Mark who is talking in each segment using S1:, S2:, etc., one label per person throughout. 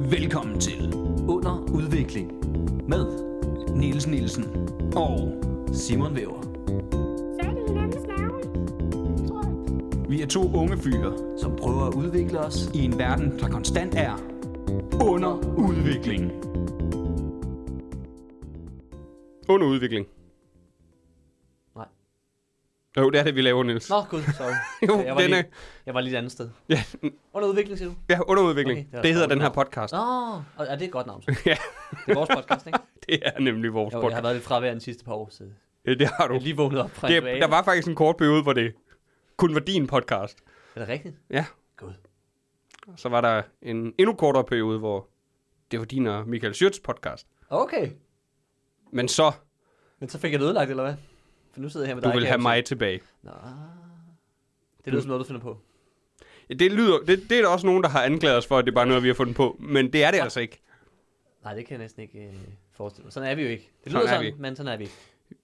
S1: Velkommen til Under Udvikling med Niels Nielsen og Simon Væver.
S2: Fat i hinandens nerve. Tror jeg.
S1: Vi er to unge fyre, som prøver at udvikle os i en verden, der konstant er under udvikling.
S3: Under udvikling.
S4: Nej.
S3: Jo, det er det, vi laver, Niels.
S4: Nå, gud, sorry.
S3: Jo,
S4: jeg, var
S3: den
S4: lige,
S3: er-
S4: jeg var lige et andet sted.
S3: Ja,
S4: Under udvikling, siger du?
S3: ja under udvikling.
S4: Okay, det
S3: Okay,
S4: er
S3: det, det hedder
S4: dårligt
S3: den her
S4: navn.
S3: podcast.
S4: Nå, og er det et godt navn? så?
S3: Ja,
S4: Det er vores podcast, ikke?
S3: det er nemlig vores
S4: Jo, jeg har
S3: podcast.
S4: været lidt fraværende de sidste par år, så jeg
S3: Ja, det har du.
S4: er lige vågnet op fra en
S3: Det,
S4: dvale.
S3: der var faktisk en kort periode, hvor det kun var din podcast.
S4: Er det rigtigt?
S3: Ja,
S4: Gud.
S3: så var der en endnu kortere periode, hvor det var din og Michael Schürts podcast.
S4: Okay,
S3: Men så,
S4: men så fik jeg det ødelagt, eller hvad? For nu sidder jeg her med
S3: du
S4: dig.
S3: vil
S4: kan
S3: have
S4: jeg jo
S3: mig tilbage.
S4: sige. Nå, det lyder som noget, du finder på.
S3: Ja, Det, lyder, det, det er der også nogen, der har anklaget os for, at det er bare noget, vi har fundet på. Men det er det altså ikke.
S4: Nej, det kan jeg næsten ikke øh, forestille mig. Sådan er vi jo ikke. Det
S3: Sådan
S4: lyder
S3: er
S4: sådan,
S3: vi.
S4: men sådan er vi ikke.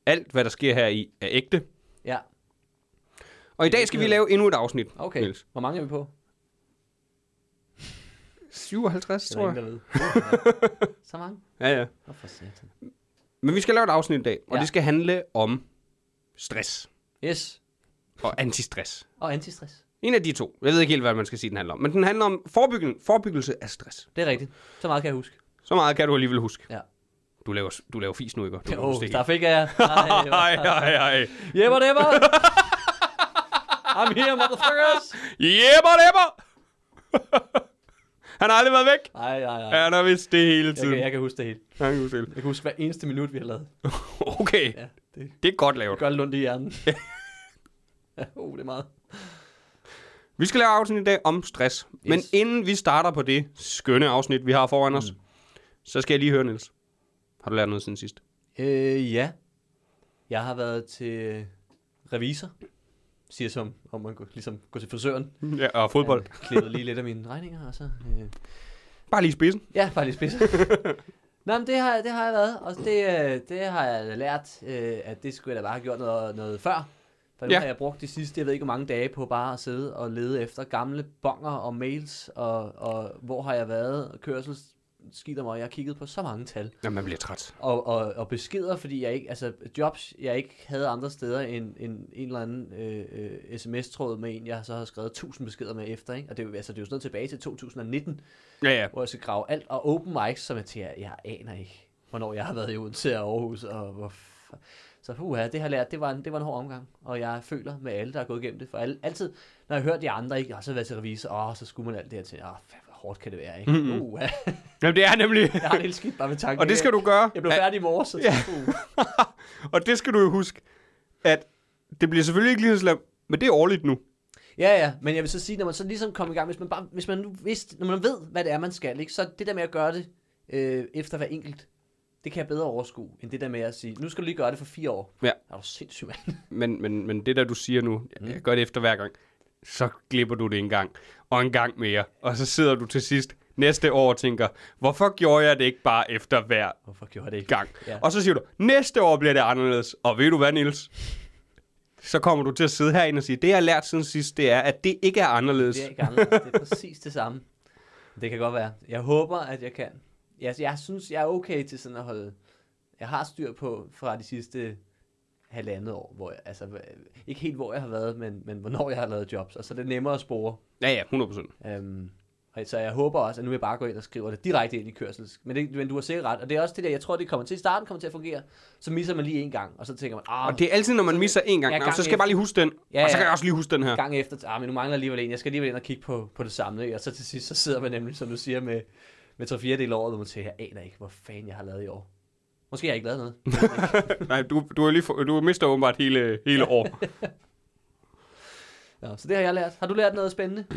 S3: Alt, hvad der sker her i, er ægte.
S4: Ja,
S3: Og i dag skal vi lave endnu et afsnit,
S4: okay.
S3: Niels.
S4: Hvor mange er vi på?
S3: 57,
S4: Det er der
S3: tror
S4: ingen,
S3: jeg.
S4: der ved. Så mange?
S3: Ja, ja.
S4: Nå, for satan.
S3: Men vi skal lave et afsnit i dag, og ja.
S4: Ja.
S3: det skal handle om stress
S4: Yes,
S3: og antistress.
S4: og antistress.
S3: En af de to. Jeg ved ikke helt, hvad man skal sige, den handler om. Men den handler om forebyggelse, forebyggelse af stress.
S4: Det er rigtigt. Så meget kan jeg huske.
S3: Så meget kan du alligevel huske.
S4: Ja.
S3: Du laver, du laver fis nu, ikke? Du kan
S4: Jo,
S3: huske det
S4: der
S3: hele.
S4: fik jeg.
S3: Ej, ej, ej.
S4: Yeah, whatever. I'm here, motherfuckers.
S3: Jebber, jebber! Han har aldrig været væk.
S4: Ej, ej, ej.
S3: Han har vidst det hele
S4: Jeg
S3: tiden.
S4: kan, jeg kan huske det hele.
S3: Han kan huske det hele.
S4: Jeg kan huske hver eneste minut, vi har lavet.
S3: Okay,
S4: Ja, det
S3: det er godt lavet.
S4: gør lidt ondt i hjernen. ja, uh, det er meget.
S3: Vi skal lave afsnit i dag om stress. Yes. Men inden vi starter på det skønne afsnit, vi har foran mm. os, så skal jeg lige høre, Niels. Har du lært noget siden sidst?
S4: Øh, ja. Jeg har været til revisor. Siger som, om man går, ligesom går til frisøren.
S3: Ja, og fodbold. Ja.
S4: Jeg klippede lige lidt af mine regninger, og så... Øh,
S3: Bare lige i spidsen.
S4: Ja, bare lige spids. Nå, men det har, det har jeg været, og det, øh, det har jeg da lært, øh, at det skulle jeg da bare have gjort noget, noget før. For nu
S3: Ja.
S4: ja. har jeg brugt de sidste, jeg ved ikke hvor mange dage, på bare at sidde og lede efter gamle bonger og mails, og, og hvor har jeg været, og kørsel, skidt mig, jeg har kigget på så mange tal.
S3: Når man bliver træt.
S4: Og, og, og beskeder, fordi jeg ikke, altså jobs, jeg ikke havde andre steder end, end en eller anden øh, øh, sms-tråd med en, jeg så har skrevet 1000 beskeder med efter, ikke? Og det, er jo- altså, det er jo sådan noget tilbage til 2019,
S3: Ja, ja.
S4: hvor jeg skal grave alt, og open mics, som jeg tænker, jeg aner ikke, hvornår jeg har været i Odense og Aarhus, og hvor f- så puha, det har jeg lært, det var, en, det var en hård omgang, og jeg føler med alle, der er gået igennem det, for alle, altid, når jeg hører de andre, ikke, og så har jeg været til revisor, åh, så skulle man alt det her til, åh, fa- hvor hårdt kan det være, ikke? Mm-hmm. Uh, jeg
S3: Jamen, det er nemlig...
S4: har det helt skidt bare med tanken.
S3: og det skal du gøre.
S4: Jeg blev færdig i morges, så ja. uh,
S3: Og det skal du jo huske, at det bliver selvfølgelig ikke lige så slemt, men det er årligt nu.
S4: Ja, ja, men jeg vil så sige, når man så ligesom kom i gang, hvis man, bare, hvis man nu vidste, når man ved, hvad det er, man skal, ikke, så det der med at gøre det øh, efter hver enkelt, det kan jeg bedre overskue, end det der med at sige, nu skal du lige gøre det for fire år.
S3: Ja.
S4: Er du sindssyg, mand?
S3: Men, men, men det der, du siger nu, jeg gør det efter hver gang, så glipper du det en gang, og en gang mere. Og så sidder du til sidst næste år og tænker, hvorfor gjorde jeg det ikke bare efter hver
S4: Hvorfor gjorde jeg det ikke?
S3: gang? Ja.
S4: Ja.
S3: Og så siger du, næste år bliver det anderledes. Og ved du hvad, Niels? Så kommer du til at sidde herinde og sige, det jeg har lært siden sidst, det er, at det ikke er anderledes.
S4: Det er ikke anderledes. Det er præcis det samme. Det kan godt være. Jeg håber, at jeg kan. Jeg, jeg synes, jeg er okay til sådan at holde... Jeg har styr på fra de sidste halvandet år, hvor jeg, altså, ikke helt hvor jeg har været, men, men hvornår jeg har lavet jobs, og så er det nemmere at spore.
S3: Ja, ja, 100%.
S4: Øhm, og så jeg håber også, at nu vil jeg bare gå ind og skrive det direkte ind i kørsels. Men, det, men du har sikkert ret, og det er også det der, jeg tror, det kommer til i starten kommer til at fungere, så misser man lige en gang, og så tænker man, ah,
S3: Og det er altid, når man
S4: Så-
S3: misser en gang,
S4: Ja,
S3: Nå,
S4: gang
S3: så skal jeg
S4: efter.
S3: bare lige huske den.
S4: Ja,
S3: Og så
S4: ja.
S3: kan jeg også lige huske den her.
S4: gang efter, ah, men nu mangler alligevel en, jeg skal alligevel ind og kigge på, på det samme, ikke? og så til sidst, så sidder man nemlig, som du siger, med, med 3 4 del året, hvor man siger, jeg aner ikke, hvor fanden jeg har lavet i år. Måske har jeg ikke lavet noget.
S3: Nej, du, du, er lige for, du mister åbenbart hele, hele år.
S4: Nå, så det har jeg lært. Har du lært noget spændende?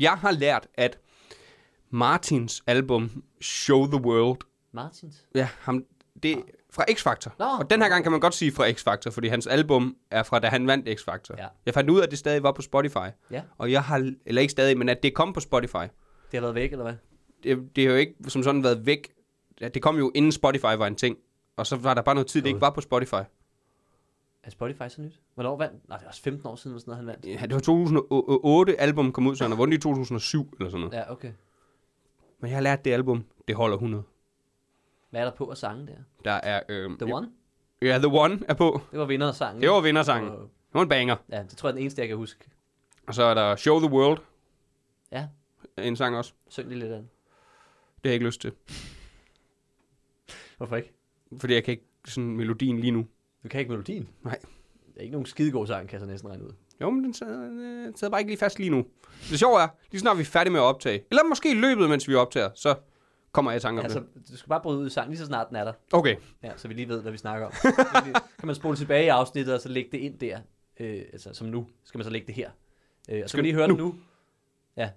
S3: Jeg har lært, at Martins album Show the World,
S4: Martins?
S3: ja, ham, det er fra X-Factor.
S4: Nå.
S3: Og den her gang kan man godt sige fra X-Factor, fordi hans album er fra, da han vandt X-Factor.
S4: Ja.
S3: Jeg fandt ud af, at det stadig var på Spotify.
S4: Ja,
S3: Og jeg har, eller ikke stadig, men at det kom på Spotify.
S4: det har været væk, eller hvad?
S3: Det, det har jo ikke som sådan været væk. Ja, Det kom jo inden Spotify var en ting. Og så var der bare noget tid, det ikke var på Spotify.
S4: Er Spotify så nyt? Hvornår vandt? Nej, det er også 15 år siden, eller sådan noget, han vandt.
S3: Ja, det var 2008, album kom ud, så han har vundet i 2007 eller sådan noget.
S4: Ja, okay.
S3: Men jeg har lært det album, det holder 100.
S4: Hvad er der på at sange der?
S3: Der er... Øh,
S4: The One?
S3: Ja, The One er på.
S4: Det var vindersangen.
S3: Det var vindersangen.
S4: Og-
S3: Det var en banger.
S4: Ja, det tror jeg er den eneste, jeg kan huske.
S3: Og så er der Show the World.
S4: Ja.
S3: En sang også.
S4: Syng lige lidt af den.
S3: Det har jeg ikke lyst til.
S4: Hvorfor ikke?
S3: Fordi jeg kan ikke sådan melodien lige nu.
S4: Du kan ikke melodien.
S3: Nej.
S4: Det er ikke nogen skidegod sang, kan jeg så næsten regne ud.
S3: Jo, men den sad, øh, sad bare ikke lige fast lige nu. Det sjove er, lige snart vi er færdige med at optage, eller måske i løbet, mens vi optager, så kommer jeg i tanke om
S4: Altså,
S3: det.
S4: du skal bare bryde ud i sangen lige så snart den er der.
S3: Okay,
S4: Ja, så vi lige ved, hvad vi snakker om. Så kan vi- kan man spole tilbage i afsnittet, og så lægge det ind der. Øh, altså, som nu. Skal man så lægge det her. Øh, og så
S3: Skal
S4: kan man lige høre
S3: nu?
S4: det nu. Ja.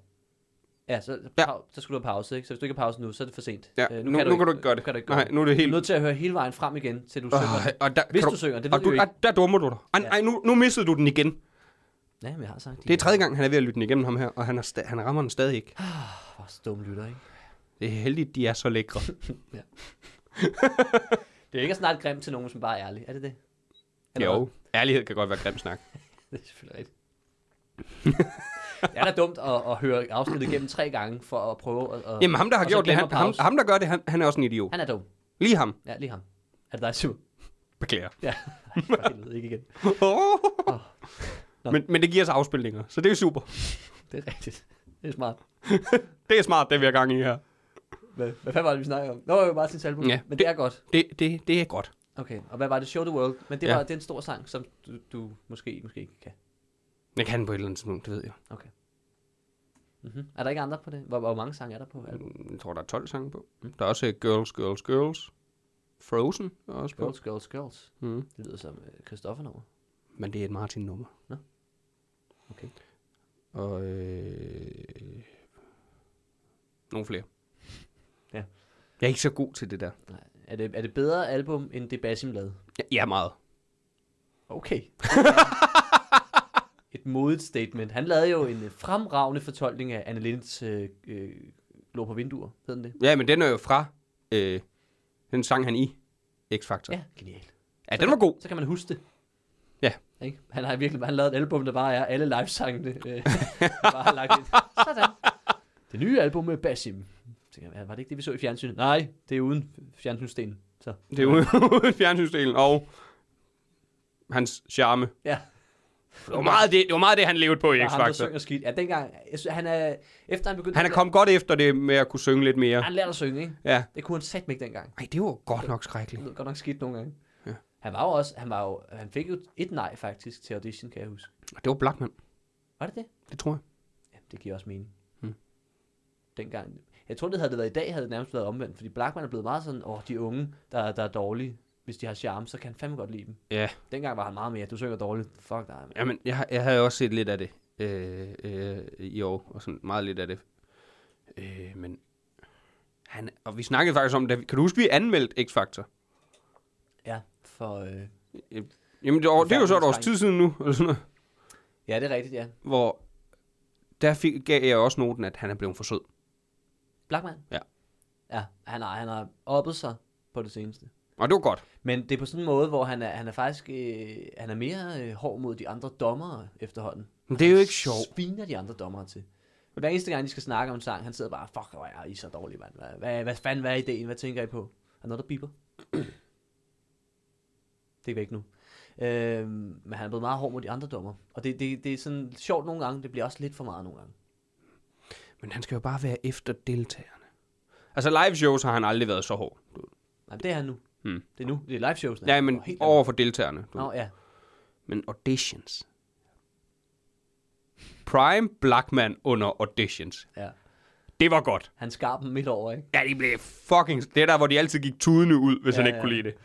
S4: Ja, så,
S3: Ja.
S4: ja. så skulle du have pause, ikke? Så hvis du ikke har pause nu, så er det for sent.
S3: ja, nu, nu, kan, du ikke, gøre det.
S4: Kan du ikke gøre
S3: Nej,
S4: det.
S3: nu er det
S4: Du er
S3: helt...
S4: nødt til at høre hele vejen frem igen, til du
S3: Øh,
S4: synger.
S3: og der,
S4: Hvis
S3: kan
S4: du synger, det
S3: og
S4: ved du
S3: ah,
S4: ikke.
S3: Der dummer du dig. Ej,
S4: Ja.
S3: ej, nu, nu missede du den igen.
S4: Ja, men jeg har sagt
S3: Det er tredje gang, han er ved at lytte den igennem ham her, og han, er sta- han rammer den stadig ikke.
S4: Hvor dumme lytter, ikke?
S3: Det er heldigt, de er så lækre.
S4: Det er ikke snart grimt til nogen, som bare er ærlig. Er det det? Eller
S3: jo,
S4: hvad?
S3: ærlighed kan godt være grim snak.
S4: Det er selvfølgelig rigtigt. det er da dumt at, at høre afsnittet igennem tre gange for at prøve at... at
S3: Jamen ham, der har
S4: og så
S3: gjort det,
S4: glemmer
S3: han, ham,
S4: pause.
S3: ham, der gør det, han, han er også en idiot.
S4: Han er dum.
S3: Lige ham.
S4: Ja, lige ham. Er det dig, Simon?
S3: Beklager.
S4: Ja. Ej, for helvede, ikke igen.
S3: men, men det giver os afspilninger, så det er jo super.
S4: Det er rigtigt. Det er smart.
S3: Det er smart, det vi har gang i her.
S4: Hvad, hvad fanden var det, vi snakkede om? Nå, det var Martins album.
S3: Ja,
S4: Men det,
S3: det-
S4: er godt.
S3: Det, det, det er godt.
S4: Okay, og hvad var det? Show the World. Men det,
S3: Ja.
S4: var, det er en stor sang, som du, du måske, måske ikke kan.
S3: Jeg kan på et eller andet tidspunkt, det ved jeg.
S4: Mm-hmm. Er der ikke andre på det? Hvor, hvor mange sange er der på albumet?
S3: Jeg tror, der er 12 sange på.
S4: Mm.
S3: Der er også øh, Girls, Girls, Girls. Frozen er også på.
S4: Girls, Girls, Girls.
S3: Mm.
S4: Det lyder som øh, Christoffer nummer.
S3: Men det er et Martin-nummer.
S4: Nå. Okay.
S3: Og øh, nogle flere.
S4: Ja.
S3: Jeg er ikke så god til det der.
S4: Nej. Er det, er det bedre album, end det Basim lavede?
S3: Ja, ja meget.
S4: Okay. Et modigt statement. Han lavede jo en øh, fremragende fortolkning af Anne Linds øh, øh, Lå på vinduer, hed den det?
S3: Ja, men den er jo fra øh, den sang han i. X-Factor. Ja.
S4: Ja, genialt.
S3: ja, den var god.
S4: Så kan man huske det.
S3: Ja.
S4: Ikke? Han har virkelig han lavet et album, der bare er alle livesangene. Øh, bare har lagt ind. Sådan. Det nye album med Basim. Tænker jeg, Var det ikke det, vi så i fjernsynet? Nej, det er uden fjernsynsstenen. Så.
S3: Det er ude ude i fjernsynsdelen, og hans charme.
S4: Ja.
S3: Det var meget det, det, var meget det han levede på i
S4: Der er ham, der
S3: X-Factor.
S4: synger skidt. Ja, dengang, jeg synes, han er, efter han begyndte
S3: Han er kommet godt efter det med at kunne synge lidt mere.
S4: han lærte at synge, ikke?
S3: Ja.
S4: Det kunne han satme ikke dengang.
S3: Ej, det var godt nok
S4: Det
S3: skrækkeligt.
S4: lød godt nok skidt nogle gange.
S3: Ja.
S4: Han var jo også, han, var jo, han fik jo et nej faktisk til audition, kan jeg huske.
S3: Det var Blackman,
S4: Var det det?
S3: det tror jeg.
S4: Ja, det giver også mening.
S3: Hmm.
S4: Dengang. Jeg tror, det havde det været i dag, havde det nærmest været omvendt, fordi Blackman er blevet meget sådan, åh, de unge, der, der er dårlige, hvis de har charme, så kan han fandme godt lide dem.
S3: Ja,
S4: Dengang var han meget mere, du synger dårligt, fuck dig. mand."
S3: jamen, jeg, har- jeg havde også set lidt af det øh, øh, i år, og sådan meget lidt af det. Øh, men han, og vi snakkede faktisk om det. Kan du huske, vi anmeldte X-Factor?
S4: Ja, for, øh,
S3: Jamen, det, var, det er jo så et års tid siden nu, eller sådan noget,
S4: ja, det er rigtigt, ja.
S3: hvor der fik, gav jeg også noten, at han er blevet for sød.
S4: Blackman?
S3: Ja.
S4: Ja, han har, han har oppet sig på det seneste.
S3: Og det var godt.
S4: Men det er på sådan en måde, hvor han er, han er faktisk øh, han er mere øh, hård mod de andre dommere efterhånden.
S3: Men det er jo ikke sjovt.
S4: Sviner de andre dommere til. Hver eneste gang, de skal snakke om en sang, han sidder bare, fuck, hvor er I så dårlige, mand. Hvad, hvad, hvad fanden, hvad er ideen? Hvad tænker I på? Er der noget, der biber? det er væk nu. Øhm, men han er blevet meget hård mod de andre dommer. Og det, det, det er sådan sjovt nogle gange, det bliver også lidt for meget nogle gange.
S3: Men han skal jo bare være efter deltagerne. Altså live shows har han aldrig været så hård. Du. ved.
S4: Nej, men det er han nu.
S3: Hmm.
S4: Det er nu, det er live shows.
S3: Ja, men over for deltagerne. Du.
S4: Nå,
S3: ved.
S4: ja.
S3: Men auditions. Prime Blackman under auditions.
S4: ja.
S3: Det var godt.
S4: Han skar dem midt over, ikke?
S3: Ja, de blev fucking... Det er der, hvor de altid gik tudende ud, hvis
S4: Ja,
S3: ja, han ikke
S4: ja.
S3: ja. kunne lide det.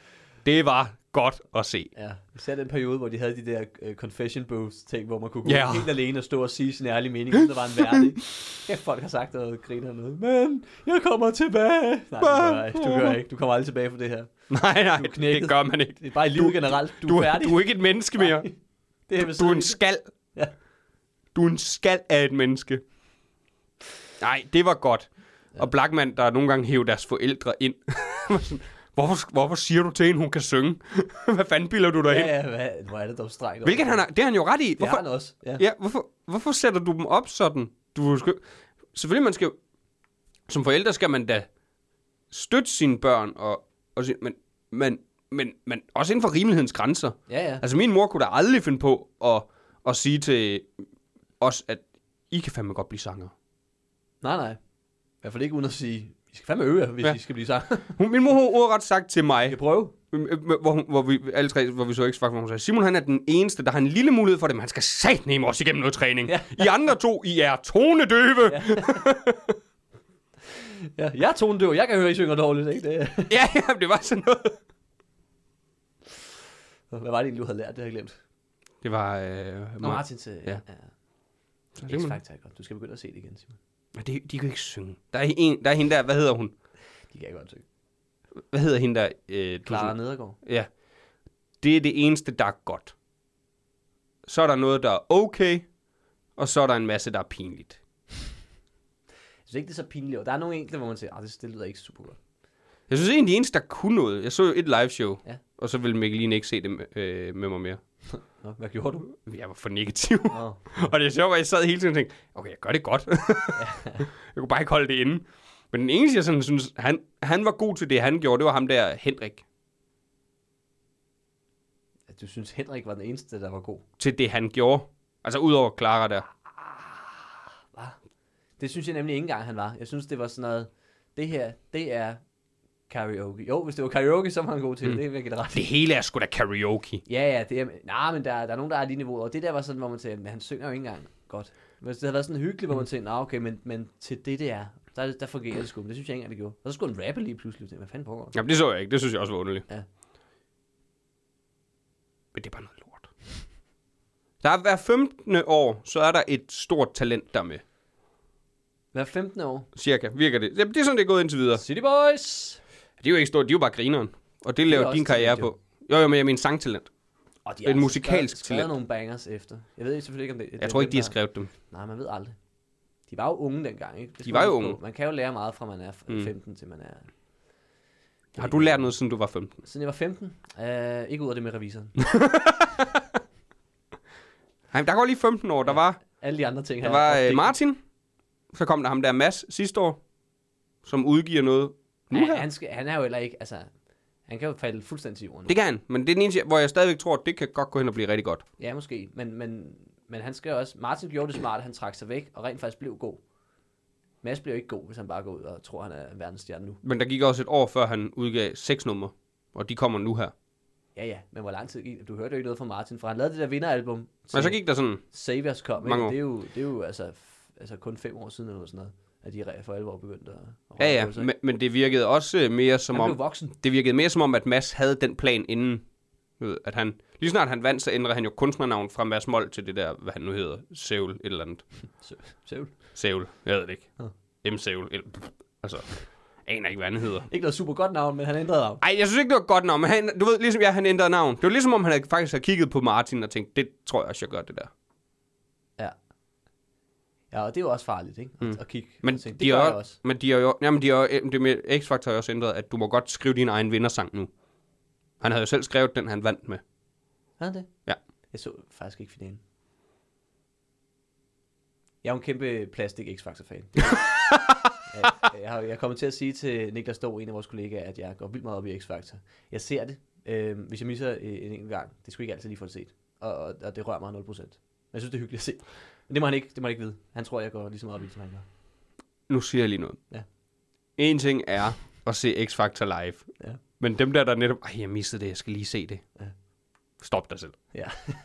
S3: Det var godt at se.
S4: Ja, især den periode, hvor de havde de der uh, confession booths ting, hvor man kunne gå
S3: Ja.
S4: yeah. helt alene og stå og sige sin ærlige mening, uden der var en vært, ikke? Ja, folk har sagt noget griner noget. Men jeg kommer tilbage. Nej, du gør ikke. Du gør ikke. Du kommer aldrig tilbage fra det her.
S3: Nej, nej,
S4: Du er knækket.
S3: det gør man ikke.
S4: Det er bare i livet generelt. Du,
S3: Du,
S4: er færdig.
S3: du er ikke et menneske mere.
S4: Nej, det er ved
S3: Du er
S4: siden.
S3: en skal.
S4: Ja.
S3: Du er en skal af et menneske. Nej, det var godt. Ja. Og Blackman, der nogle gange hæver deres forældre ind. Sådan, hvorfor, hvorfor siger du til hende, hun kan synge? Hvad fanden bilder du dig ja, ind?
S4: Ja, ja, hvad, hvor er det dog strengt.
S3: Hvilket han har, det har han jo ret i.
S4: Det
S3: Hvorfor,
S4: har han også. Ja.
S3: ja, hvorfor, hvorfor sætter du dem op sådan? Du skal, selvfølgelig, man skal jo- som forældre skal man da støtte sine børn, og, og sige, men, men, men, men også inden for rimelighedens grænser.
S4: Ja, ja.
S3: Altså, min mor kunne da aldrig finde på at, at sige til os, at I kan fandme godt blive sanger.
S4: Nej, nej. I hvert fald ikke uden at sige, I skal fandme øve jer, hvis
S3: Ja.
S4: ja. I skal blive sammen.
S3: Hun, min mor har ordret sagt til
S4: I
S3: mig,
S4: kan prøve.
S3: øh, øh, hvor, hun- hvor, vi alle tre, hvor vi så ikke svagt, hvor hun sagde, Simon han er den eneste, der har en lille mulighed for det, men han skal satneme også igennem noget træning.
S4: Ja.
S3: I andre to, I er tonedøve. Ja,
S4: Ja, jeg er tonedøv, jeg kan høre, I synger dårligt, ikke? Det,
S3: ja, ja det var sådan noget.
S4: hvad var det egentlig, du havde lært? Det har jeg glemt.
S3: Det var... Øh,
S4: Nå, Martin til...
S3: Ja.
S4: Ja. ja.
S3: Så det, man,
S4: X-Factor er godt. Du skal begynde at se det igen, Simon.
S3: men det, de kan ikke synge. Der er, en, der er hende der, hvad hedder hun?
S4: De kan ikke godt synge.
S3: Hvad hedder hende der? Øh, du-
S4: Clara Nedergaard.
S3: Ja. Det er det eneste, der er godt. Så er der noget, der er okay, og så er der en masse, der er pinligt.
S4: Jeg synes ikke, det er så pinligt. Og der er nogle enkelte, hvor man siger, at det, det lyder ikke super godt.
S3: Jeg synes egentlig, de eneste, der kunne noget. Jeg så jo et live show,
S4: Ja.
S3: og så ville Mikkeline ikke se det med, øh, med mig mere.
S4: Nå, hvad gjorde du?
S3: Jeg var for negativ.
S4: Nå.
S3: og det er sjovt, at jeg sad hele tiden og tænkte, okay, jeg gør det godt. jeg kunne bare ikke holde det inde. Men den eneste, jeg sådan synes, han, han var god til det, han gjorde, det var ham der, Henrik.
S4: At du synes, Henrik var den eneste, der var god.
S3: Til det, han gjorde. Altså, udover Clara der.
S4: Det synes jeg nemlig ikke engang, han var. Jeg synes, det var sådan noget... Det her, det er karaoke. Jo, hvis det var karaoke, så var han god til mm. det. Det er det ret.
S3: Det hele er sgu da karaoke.
S4: Ja, ja, det er, nej, men der, er- der er nogen, der er lige niveauet, og det der var sådan, hvor man sagde, men han synger jo ikke engang godt. Hvis det havde været sådan hyggeligt,
S3: Mm.
S4: hvor man tænkte, nah, okay, men, men til det, det er, der, der fungerer det sgu, men det synes jeg ikke engang, det gjorde. Og så skulle han rappe lige pludselig, Jeg tænkte, hvad fanden pågår der?
S3: Jamen, det så jeg ikke. Det synes jeg også var underligt.
S4: Ja.
S3: Men det er bare noget lort. Der er hver 15. år, så er der et stort talent der er med.
S4: Hver 15 år.
S3: Cirka, virker det. Jamen, det er sådan, det er gået indtil videre.
S4: City Boys!
S3: De er jo ikke store, de er jo bare grineren. Og det laver
S4: også
S3: din karriere
S4: talent,
S3: på. Jo, jo, men jeg mener sangtalent.
S4: Og de
S3: Et musikalsk
S4: skrevet, skrevet
S3: talent.
S4: nogle bangers efter. Jeg ved selvfølgelig ikke, om det
S3: Jeg tror ikke, de har
S4: skrevet.
S3: skrevet dem.
S4: Nej, man ved aldrig. De var jo unge dengang, ikke? Det skal
S3: var
S4: man
S3: jo
S4: huske på.
S3: unge.
S4: Man kan jo lære meget fra, man er
S3: Mm.
S4: f- 15 til man er...
S3: Har du lært noget, siden du var 15?
S4: Siden jeg var 15, øh, ikke ud af det med revisoren.
S3: Nej, men der går lige 15 år. Der var,
S4: Alle de andre ting
S3: der
S4: her.
S3: var
S4: Og
S3: øh,
S4: det-
S3: Martin. Så kom der ham der Mads sidste år, som udgiver noget nu
S4: Ja,
S3: her.
S4: han, skal, han er jo heller ikke, altså, han kan jo falde fuldstændig til jorden. Det...
S3: Det kan han, men det er den eneste, hvor jeg stadigvæk tror, at det kan godt gå hen og blive rigtig godt.
S4: Ja, måske, men, men, men han skal også, Martin gjorde det smart, han trak sig væk, og rent faktisk blev god. Mads bliver jo ikke god, hvis han bare går ud og tror, han er verdensstjerne nu.
S3: Men der gik også et år, før han udgav seks numre, og de kommer nu her.
S4: Ja, ja, men hvor lang tid gik det? Du hørte jo ikke noget fra Martin, for han lavede det der vinderalbum
S3: Men
S4: til
S3: så gik der sådan,
S4: Saviors kom, ikke?
S3: mange år.
S4: Det er jo, det er jo altså, f- altså kun fem år siden eller noget sådan noget, at de re- for alvor begyndte at... at
S3: ja
S4: røre
S3: ja,
S4: på sig, ikke?
S3: men, men det virkede også øh, mere som
S4: Han blev
S3: om,
S4: voksen.
S3: det virkede mere som om, at Mads havde den plan inden, Du ved, at han, lige snart han vandt, så ændrede han jo kunstnernavn fra Mads Mold til det der, hvad han nu hedder, Seul, et eller andet.
S4: Søvl.
S3: Seul, jeg ved det ikke.
S4: Nå.
S3: M. Seul, eller, altså, aner ikke, hvad han hedder.
S4: Ikke noget super godt navn, men han ændrede navn.
S3: Ej, jeg synes ikke, det var et godt navn, men han, du ved, ligesom jeg, han ændrede navn. Det var ligesom, om han havde, faktisk havde kigget på Martin og tænkt, det tror jeg også, jeg gør det der.
S4: Ja. Ja, og det er jo også farligt, ikke? At, at kigge.
S3: Mm. Men
S4: og tænke,
S3: de
S4: det gør
S3: har,
S4: jeg også.
S3: også. Men de har jo, jamen de har, jo- det med X-Factor har jo også ændret, at du må godt skrive din egen vindersang nu. Han havde jo selv skrevet den, han vandt med.
S4: Har han det?
S3: Ja.
S4: Jeg så faktisk ikke finalen. Jeg er jo en kæmpe plastik X-Factor-fan. jeg, jeg, har, jeg kommer til at sige til Niklas Stov, en af vores kollegaer, at jeg går vildt meget op i X-Factor. Jeg ser det, øh, hvis jeg misser øh, en enkelt gang. Det skulle ikke altid lige få det set. Og, og, og det rører mig 0%. Men jeg synes, det er hyggeligt at se. Men det må han ikke, det må han ikke vide. Han tror, jeg går lige så meget op i, det, som han gør.
S3: Nu siger jeg lige noget.
S4: Ja.
S3: En ting er at se X-Factor live.
S4: Ja.
S3: Men dem der, der netop, ej, jeg missede det, jeg skal lige se det.
S4: Ja.
S3: Stop dig selv.
S4: Ja.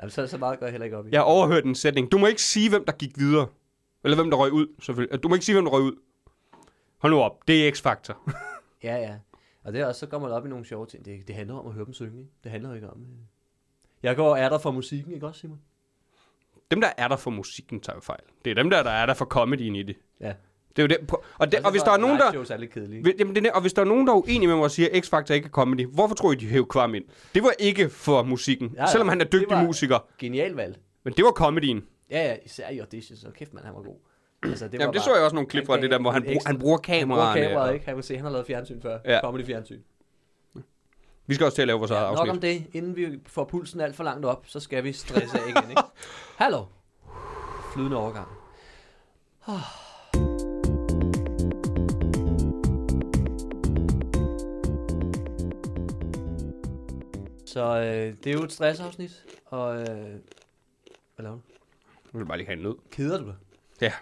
S4: Jamen, så, så meget går jeg heller ikke op i.
S3: Jeg overhørte en sætning. Du må ikke sige, hvem der gik videre. Eller hvem der røg ud, selvfølgelig. Du må ikke sige, hvem der røg ud. Hold nu op, det er X-Factor.
S4: Ja, ja. Og det er også, så kommer man op i nogle sjove ting. Det, det handler om at høre dem synge. ikke? Det handler jo ikke om... øh. Jeg går og er der for musikken, ikke også, Simon?
S3: Dem, der er der for musikken, tager jo fejl. Det er dem der, der er der for comedyen i det.
S4: Ja.
S3: Det er jo det. på- Og,
S4: Altså,
S3: det, og hvis der er nogen, der...
S4: Shows er lidt kedelige.
S3: Hvis- Jamen, det er, det. og hvis der er nogen, der er uenige med mig og siger, at X-Factor ikke er comedy, hvorfor tror I, de hævde Kvam ind? Det var ikke for musikken, ja,
S4: Ja, ja.
S3: ja. selvom han er dygtig
S4: Det var-
S3: musiker.
S4: Genial valg.
S3: Men det var comedyen.
S4: Ja, ja, især i auditions. Så kæft, mand, han var god. Altså, det,
S3: Jamen, det så jeg også nogle klip
S4: han
S3: fra
S4: gav
S3: det der, hvor han,
S4: en
S3: brug,
S4: ekstra-
S3: han bruger
S4: Han bruger
S3: kameraerne.
S4: kameraet,
S3: og-
S4: ikke? Han kan se, han har lavet fjernsyn før.
S3: Ja.
S4: Ja. Comedy fjernsyn.
S3: Vi skal også til at lave vores eget
S4: Nok
S3: afsnit.
S4: om det. Inden vi får pulsen alt for langt op, så skal vi stresse af igen, ikke? Hallo. Flydende overgang. Så øh, det er jo et stressafsnit, og... Øh, hvad laver du?
S3: Nu vil bare lige have en nød.
S4: Keder du dig?
S3: Ja.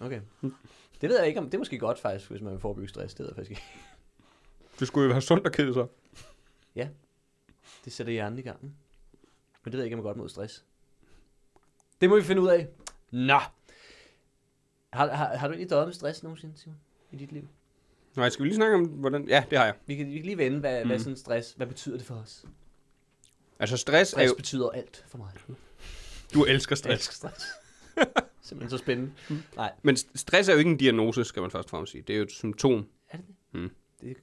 S4: Okay. Det ved jeg ikke om... Det er måske godt faktisk, hvis man vil forebygge stress. Det ved jeg faktisk ikke.
S3: Det skulle jo være sundt at kede sig.
S4: Det sætter hjernen i gang. ikke? Men det ved jeg ikke, om man er godt mod stress. Det må vi finde ud af. Nå. Har, har, har du egentlig døjet med stress nogensinde, Simon? I dit liv?
S3: Nej, skal vi lige snakke om, hvordan... Ja, det har jeg.
S4: Vi kan, vi kan lige vende, hvad, mm. hvad
S3: Mhm.
S4: sådan stress... Hvad betyder det for os?
S3: Altså, stress er
S4: Stress
S3: jo...
S4: betyder alt for mig.
S3: Du elsker
S4: Jeg
S3: stress.
S4: elsker stress. Simpelthen så spændende. Nej,
S3: Men st- stress er jo ikke en diagnose, skal man først og fremmest sige. Det er jo et symptom.
S4: er det det?
S3: Mm.
S4: det?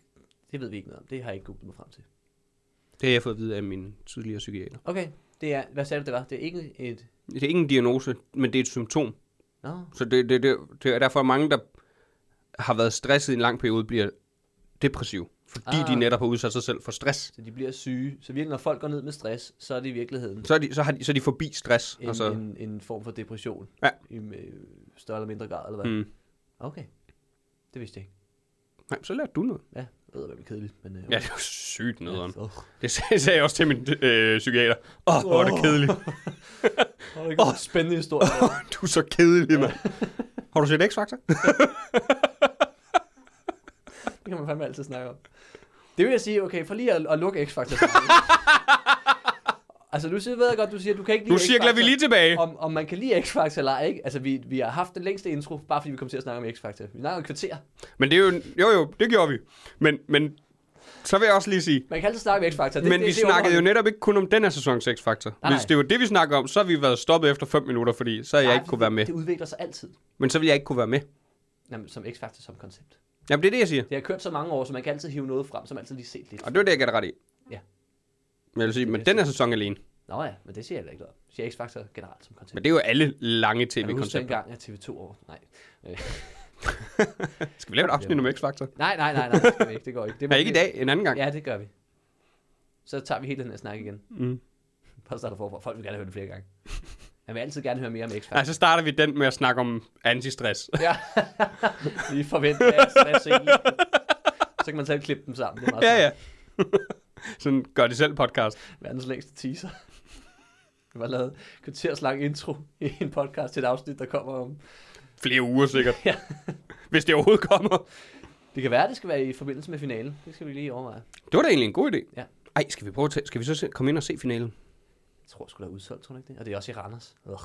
S4: Det ved vi ikke noget om. Det har jeg ikke googlet mig frem til.
S3: Det har jeg fået at vide af min tidligere psykiater.
S4: Okay, det er... Hvad sagde du, det var? Det er ikke et...
S3: Det er ikke en diagnose, men det er et symptom.
S4: Nå,
S3: Så det, det, det, det er derfor, at mange, der har været stresset i en lang periode, bliver depressiv. Fordi
S4: Ah.
S3: ah. de netop har udsat sig selv for stress.
S4: så de bliver syge. Så virkelig, når folk går ned med stress, så er det i virkeligheden
S3: Så er de, så har de, så er de forbi stress.
S4: en,
S3: altså,
S4: altså... en, en form for depression.
S3: Ja.
S4: I øh, større eller mindre grad, eller hvad?
S3: mm.
S4: Okay. Det vidste jeg ikke.
S3: Nej, så lærte du noget.
S4: Ja, jeg ved, hvad det er kedeligt, men... Øh,
S3: Ja, det var sygt nederen.
S4: Åh,
S3: Det sagde sagde jeg også til min øh, psykiater. Åh, oh, hvor er det
S4: Åh.
S3: kedeligt.
S4: oh, oh, spændende historie.
S3: Du er så kedelig, mand. Har du set X-Factor?
S4: det kan man fandme altid snakke om. Det vil jeg sige, okay, for lige at, at lukke X-Factor. altså, du siger, ved jeg godt, du siger, du kan ikke lide
S3: Nu cirkler vi
S4: X-Factor.
S3: lige tilbage.
S4: Om, om man kan lide X-Factor eller ej, ikke? Altså, vi, vi har haft den længste intro, bare fordi vi kom til at snakke om X-Factor. Vi snakker om et kvarter.
S3: Men det er jo... Jo, jo, det gjorde vi. Men, men så vil jeg også lige sige...
S4: Man kan altid snakke om X-Factor. Det,
S3: Men
S4: det,
S3: vi
S4: det,
S3: snakkede jo netop ikke kun om den her sæsons X-Factor.
S4: Nej.
S3: Hvis det var det, vi snakker om, så har vi været stoppet efter 5 minutter, fordi så havde jeg ikke kunne være med.
S4: Det udvikler sig altid.
S3: Men så ville jeg ikke kunne være med.
S4: Jamen, som X-Factor som koncept.
S3: Jamen, det er det, jeg siger.
S4: Det har kørt så mange år, så man kan altid hive noget frem, som altid lige set lidt.
S3: Og det var det, jeg gav dig ret i.
S4: Ja.
S3: Men jeg vil sige, men
S4: jeg
S3: den her sæson alene.
S4: Nå ja, men det siger jeg heller ikke noget. om. Jeg siger X-Factor generelt som koncept.
S3: Men det er jo alle lange
S4: Kan du huske
S3: tv-koncepter.
S4: dengang, at TV2 over... Nej. Øh,
S3: Skal vi lave et afsnit om X-Factor?
S4: nej, nej, nej, nej, det skal vi ikke. Det går ikke. Det
S3: Ja, ikke i dag, en anden gang.
S4: Ja, det gør vi. Så tager vi hele den her snak igen.
S3: Mm.
S4: Bare starter forfra. Folk vil gerne høre det flere gange. Man vil altid gerne høre mere om X-Factor.
S3: Nej, så starter vi den med at snakke om antistress.
S4: Ja.
S3: Altså-
S4: Lige forvent, hvad jeg- hvad jeg ser i. Så kan man selv klippe dem sammen. Det er meget
S3: Ja,
S4: smart.
S3: ja. Sådan gør det selv podcast.
S4: Verdens længste teaser. Det var lavet kvarters lang intro i en podcast til et afsnit, der kommer om...
S3: Flere uger sikkert.
S4: Ja.
S3: Hvis det overhovedet kommer.
S4: Det kan være, det skal være i forbindelse med finalen. Det skal vi lige overveje.
S3: Det var da egentlig en god idé.
S4: Ja.
S3: Ej, skal vi prøve at tage, skal vi så se, komme ind og se finalen?
S4: Jeg tror sgu, der er udsolgt, tror du ikke det? Og det er også i Randers. Øh.
S3: Åh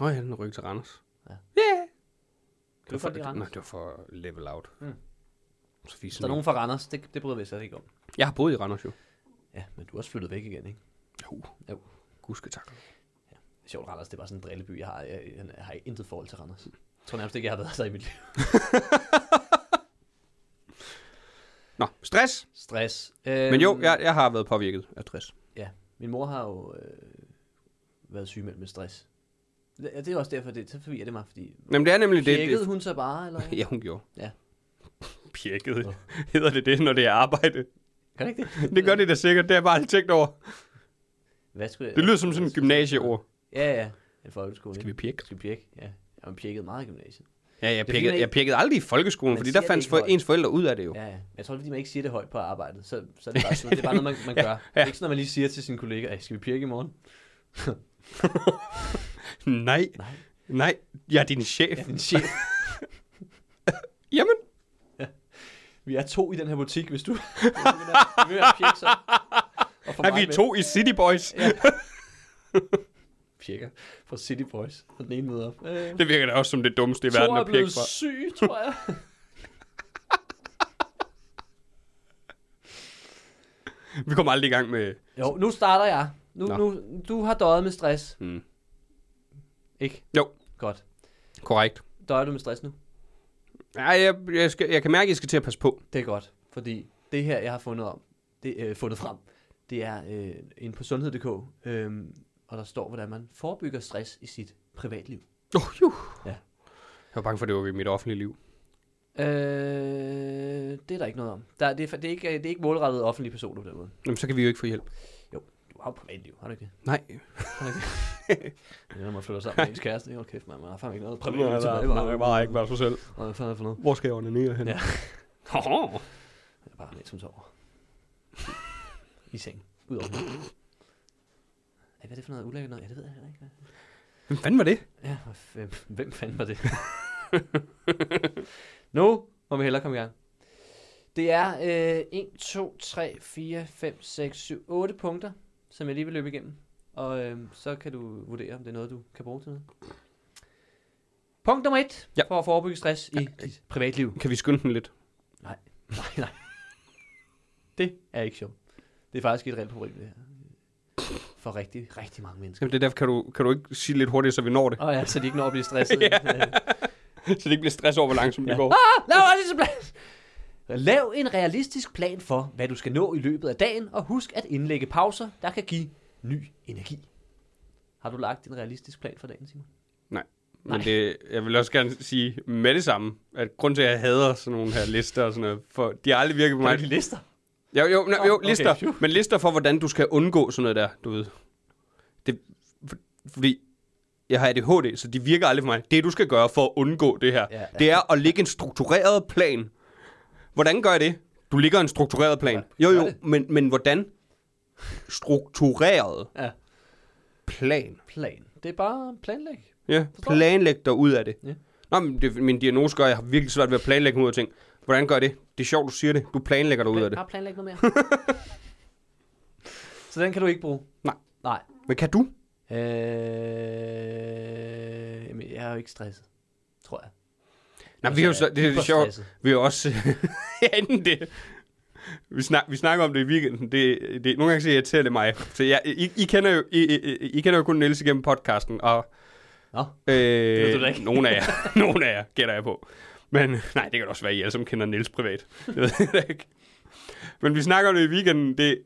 S3: oh, ja, den rykker til Randers.
S4: Ja.
S3: Yeah.
S4: Kan du
S3: for,
S4: godt lide Randers?
S3: nej, det var for level out.
S4: Mm.
S3: Mm. Så vi
S4: Så der er
S3: sådan,
S4: nogen fra Randers. Det, det bryder vi sig ikke om.
S3: Jeg har boet i Randers jo.
S4: Ja, men du er også flyttet væk igen, ikke?
S3: Jo.
S4: Jo.
S3: Gudske tak.
S4: Sjovt, Randers, det er bare sådan en drilleby, jeg har. Jeg, jeg, jeg har intet forhold til Randers. Jeg tror nærmest ikke, jeg har været der i mit liv.
S3: Nå, stress.
S4: Stress. Øhm,
S3: Men jo, jeg, jeg har været påvirket af stress.
S4: Ja, min mor har jo øh, været sygemeldt med stress. Ja, det er også derfor, det så forvirrer det mig, fordi...
S3: Jamen, det er nemlig det.
S4: Tjekkede
S3: det
S4: hun så bare, eller? hvad?
S3: ja, hun gjorde.
S4: Ja.
S3: Pjekket.
S4: Nå.
S3: Hedder det det, når det er arbejde?
S4: Gør det ikke det?
S3: Det gør det da sikkert. Det har jeg bare aldrig tænkt over.
S4: Hvad skulle jeg...
S3: Det lyder som sådan en gymnasieord.
S4: Ja, ja. En folkeskole.
S3: Skal vi
S4: ikke?
S3: pjekke?
S4: Skal vi pjekke? Ja. Jeg har pjekket meget i gymnasiet.
S3: Ja, jeg
S4: Det er fordi, man
S3: pjekkede, jeg
S4: ikke-
S3: pjekkede aldrig i folkeskolen,
S4: Man
S3: fordi
S4: siger det
S3: der fandt
S4: ikke
S3: for,
S4: højt.
S3: ens forældre ud af det jo. Ja.
S4: Ja, ja. Men Jeg tror, det er, fordi man ikke siger det højt på arbejdet, så, så er det bare sådan, det er bare noget, man, man gør. ja, ja. Ikke sådan, når man lige siger til sine kollegaer, "Ej, skal vi pjekke i morgen?
S3: Nej,
S4: Nej.
S3: nej, jeg er din chef.
S4: Ja, din chef.
S3: Jamen,
S4: Vi er to i den her butik, hvis du... hvis du begynder- begynder at pjekke, så- Og for
S3: er
S4: mig
S3: vi
S4: med.
S3: to i City Boys?
S4: Pjekker fra City Boys. Og den ene møder op. Øh,
S3: Det virker da også som det dummeste i
S4: Thor
S3: verden
S4: er
S3: at pjekke
S4: blevet
S3: fra.
S4: syg, tror jeg.
S3: Vi kommer aldrig i gang med...
S4: Jo, nu starter jeg. Nu,
S3: Nå.
S4: nu, du har døjet med stress,
S3: Hmm.
S4: ikke?
S3: Jo,
S4: Godt.
S3: korrekt.
S4: Døjer du med stress nu?
S3: Ja, jeg, jeg, skal, jeg kan mærke, at I skal til at passe på.
S4: Det er godt, fordi det her, jeg har fundet om, det, øh, fundet frem, det er øh, en på sundhed.dk, øh, og der står, hvordan man forebygger stress i sit privatliv.
S3: Oh, juh.
S4: Ja.
S3: Ja. Jeg var bange for, at det var i mit offentlige liv.
S4: Øh, det er der ikke noget om. Der, det, er, fa- det, er ikke, øh, det er ikke målrettet offentlige personer på den måde.
S3: Jamen, så kan vi jo ikke få hjælp.
S4: Du har jo privatliv, har du ikke det?
S3: Nej.
S4: Har du ikke det? Ja, Når man flytter sammen med ens kæreste, ikke? Hold kæft, man, man har fandme ikke noget privatliv tilbage. hva'?
S3: bare ikke være sig selv.
S4: Hvad fanden er det for noget?
S3: Hvor skal jeg ordne hen?
S4: Ja.
S3: Ja.
S4: Det er bare mens hun sover. I seng. ud over hovedet. Ej, hvad er det for noget ulækkert noget? Ja, det ved jeg heller ikke. hvad-
S3: Hvem fanden var det?
S4: Ja, og hvem, hvem fanden var det? nu må vi hellere komme i gang. Det er øh, 1, 2, 3, 4, 5, 6, 7, 8 punkter, som jeg lige vil løbe igennem. Og øh, så kan du vurdere, om det er noget, du kan bruge til noget. Punkt nummer 1
S3: Ja.
S4: ja. for at forebygge stress i dit privatliv.
S3: Kan vi skynde den lidt?
S4: Nej, nej. Det er ikke sjovt. Det er faktisk et reelt problem, det her. For rigtig, rigtig mange mennesker.
S3: Jamen, det er derfor, kan du, kan du ikke sige lidt hurtigt, så vi når det?
S4: Og ja, så de ikke når at blive stresset. ja.
S3: så det ikke bliver stress over, hvor langsomt det
S4: Ja.
S3: går.
S4: Lav, en realistisk plan. Lav en realistisk plan for, hvad du skal nå i løbet af dagen, og husk at indlægge pauser, der kan give ny energi. Har du lagt en realistisk plan for dagen, Simon?
S3: Men
S4: Nej.
S3: det, jeg vil også gerne sige med det samme, at grund til, at jeg hader sådan nogle her lister og sådan noget, for de har aldrig virket på mig.
S4: lister?
S3: Jo, jo, nej, jo
S4: okay,
S3: lister,
S4: phew.
S3: men lister for, hvordan du skal undgå sådan noget der, du ved. Det, for, fordi jeg har ADHD, så de virker aldrig for mig. Det, du skal gøre for at undgå det her,
S4: Ja,
S3: ja,
S4: ja.
S3: det er at lægge en struktureret plan. Hvordan gør jeg det? Du ligger en struktureret plan.
S4: Ja,
S3: Jo,
S4: gør
S3: jo,
S4: det.
S3: men, men hvordan? Struktureret
S4: Ja.
S3: plan.
S4: Plan. Det er bare planlæg.
S3: Ja,
S4: Forstår du?
S3: planlæg dig ud af det.
S4: Ja.
S3: Nå, men det, min diagnose gør, at jeg har virkelig svært ved at planlægge mig ud af ting. Hvordan gør jeg det? Det er sjovt, du siger det. Du planlægger dig ud af det.
S4: Bare planlæg noget mere. Så den kan du ikke bruge?
S3: Nej.
S4: Nej.
S3: Men kan du?
S4: Øh, jamen, jeg er jo ikke stresset, tror jeg.
S3: Nej, vi har jo
S4: Altså,
S3: så, det, det er
S4: hyper
S3: sjovt.
S4: stresset.
S3: Vi har også... inden det... Vi, snak, vi snakker om det i weekenden. Det, det, nogle gange så irriterer det mig. Så jeg, I, I, kender jo, I, I, I kender jo kun Niels igennem podcasten, og...
S4: Nå,
S3: Øh,
S4: du da ikke.
S3: Nogen af jer. nogen af jer, gætter jeg på. Men øh, nej, det kan da også være, I alle som kender Niels privat. Det ved jeg da ikke. Men vi snakker om det i weekenden. Det,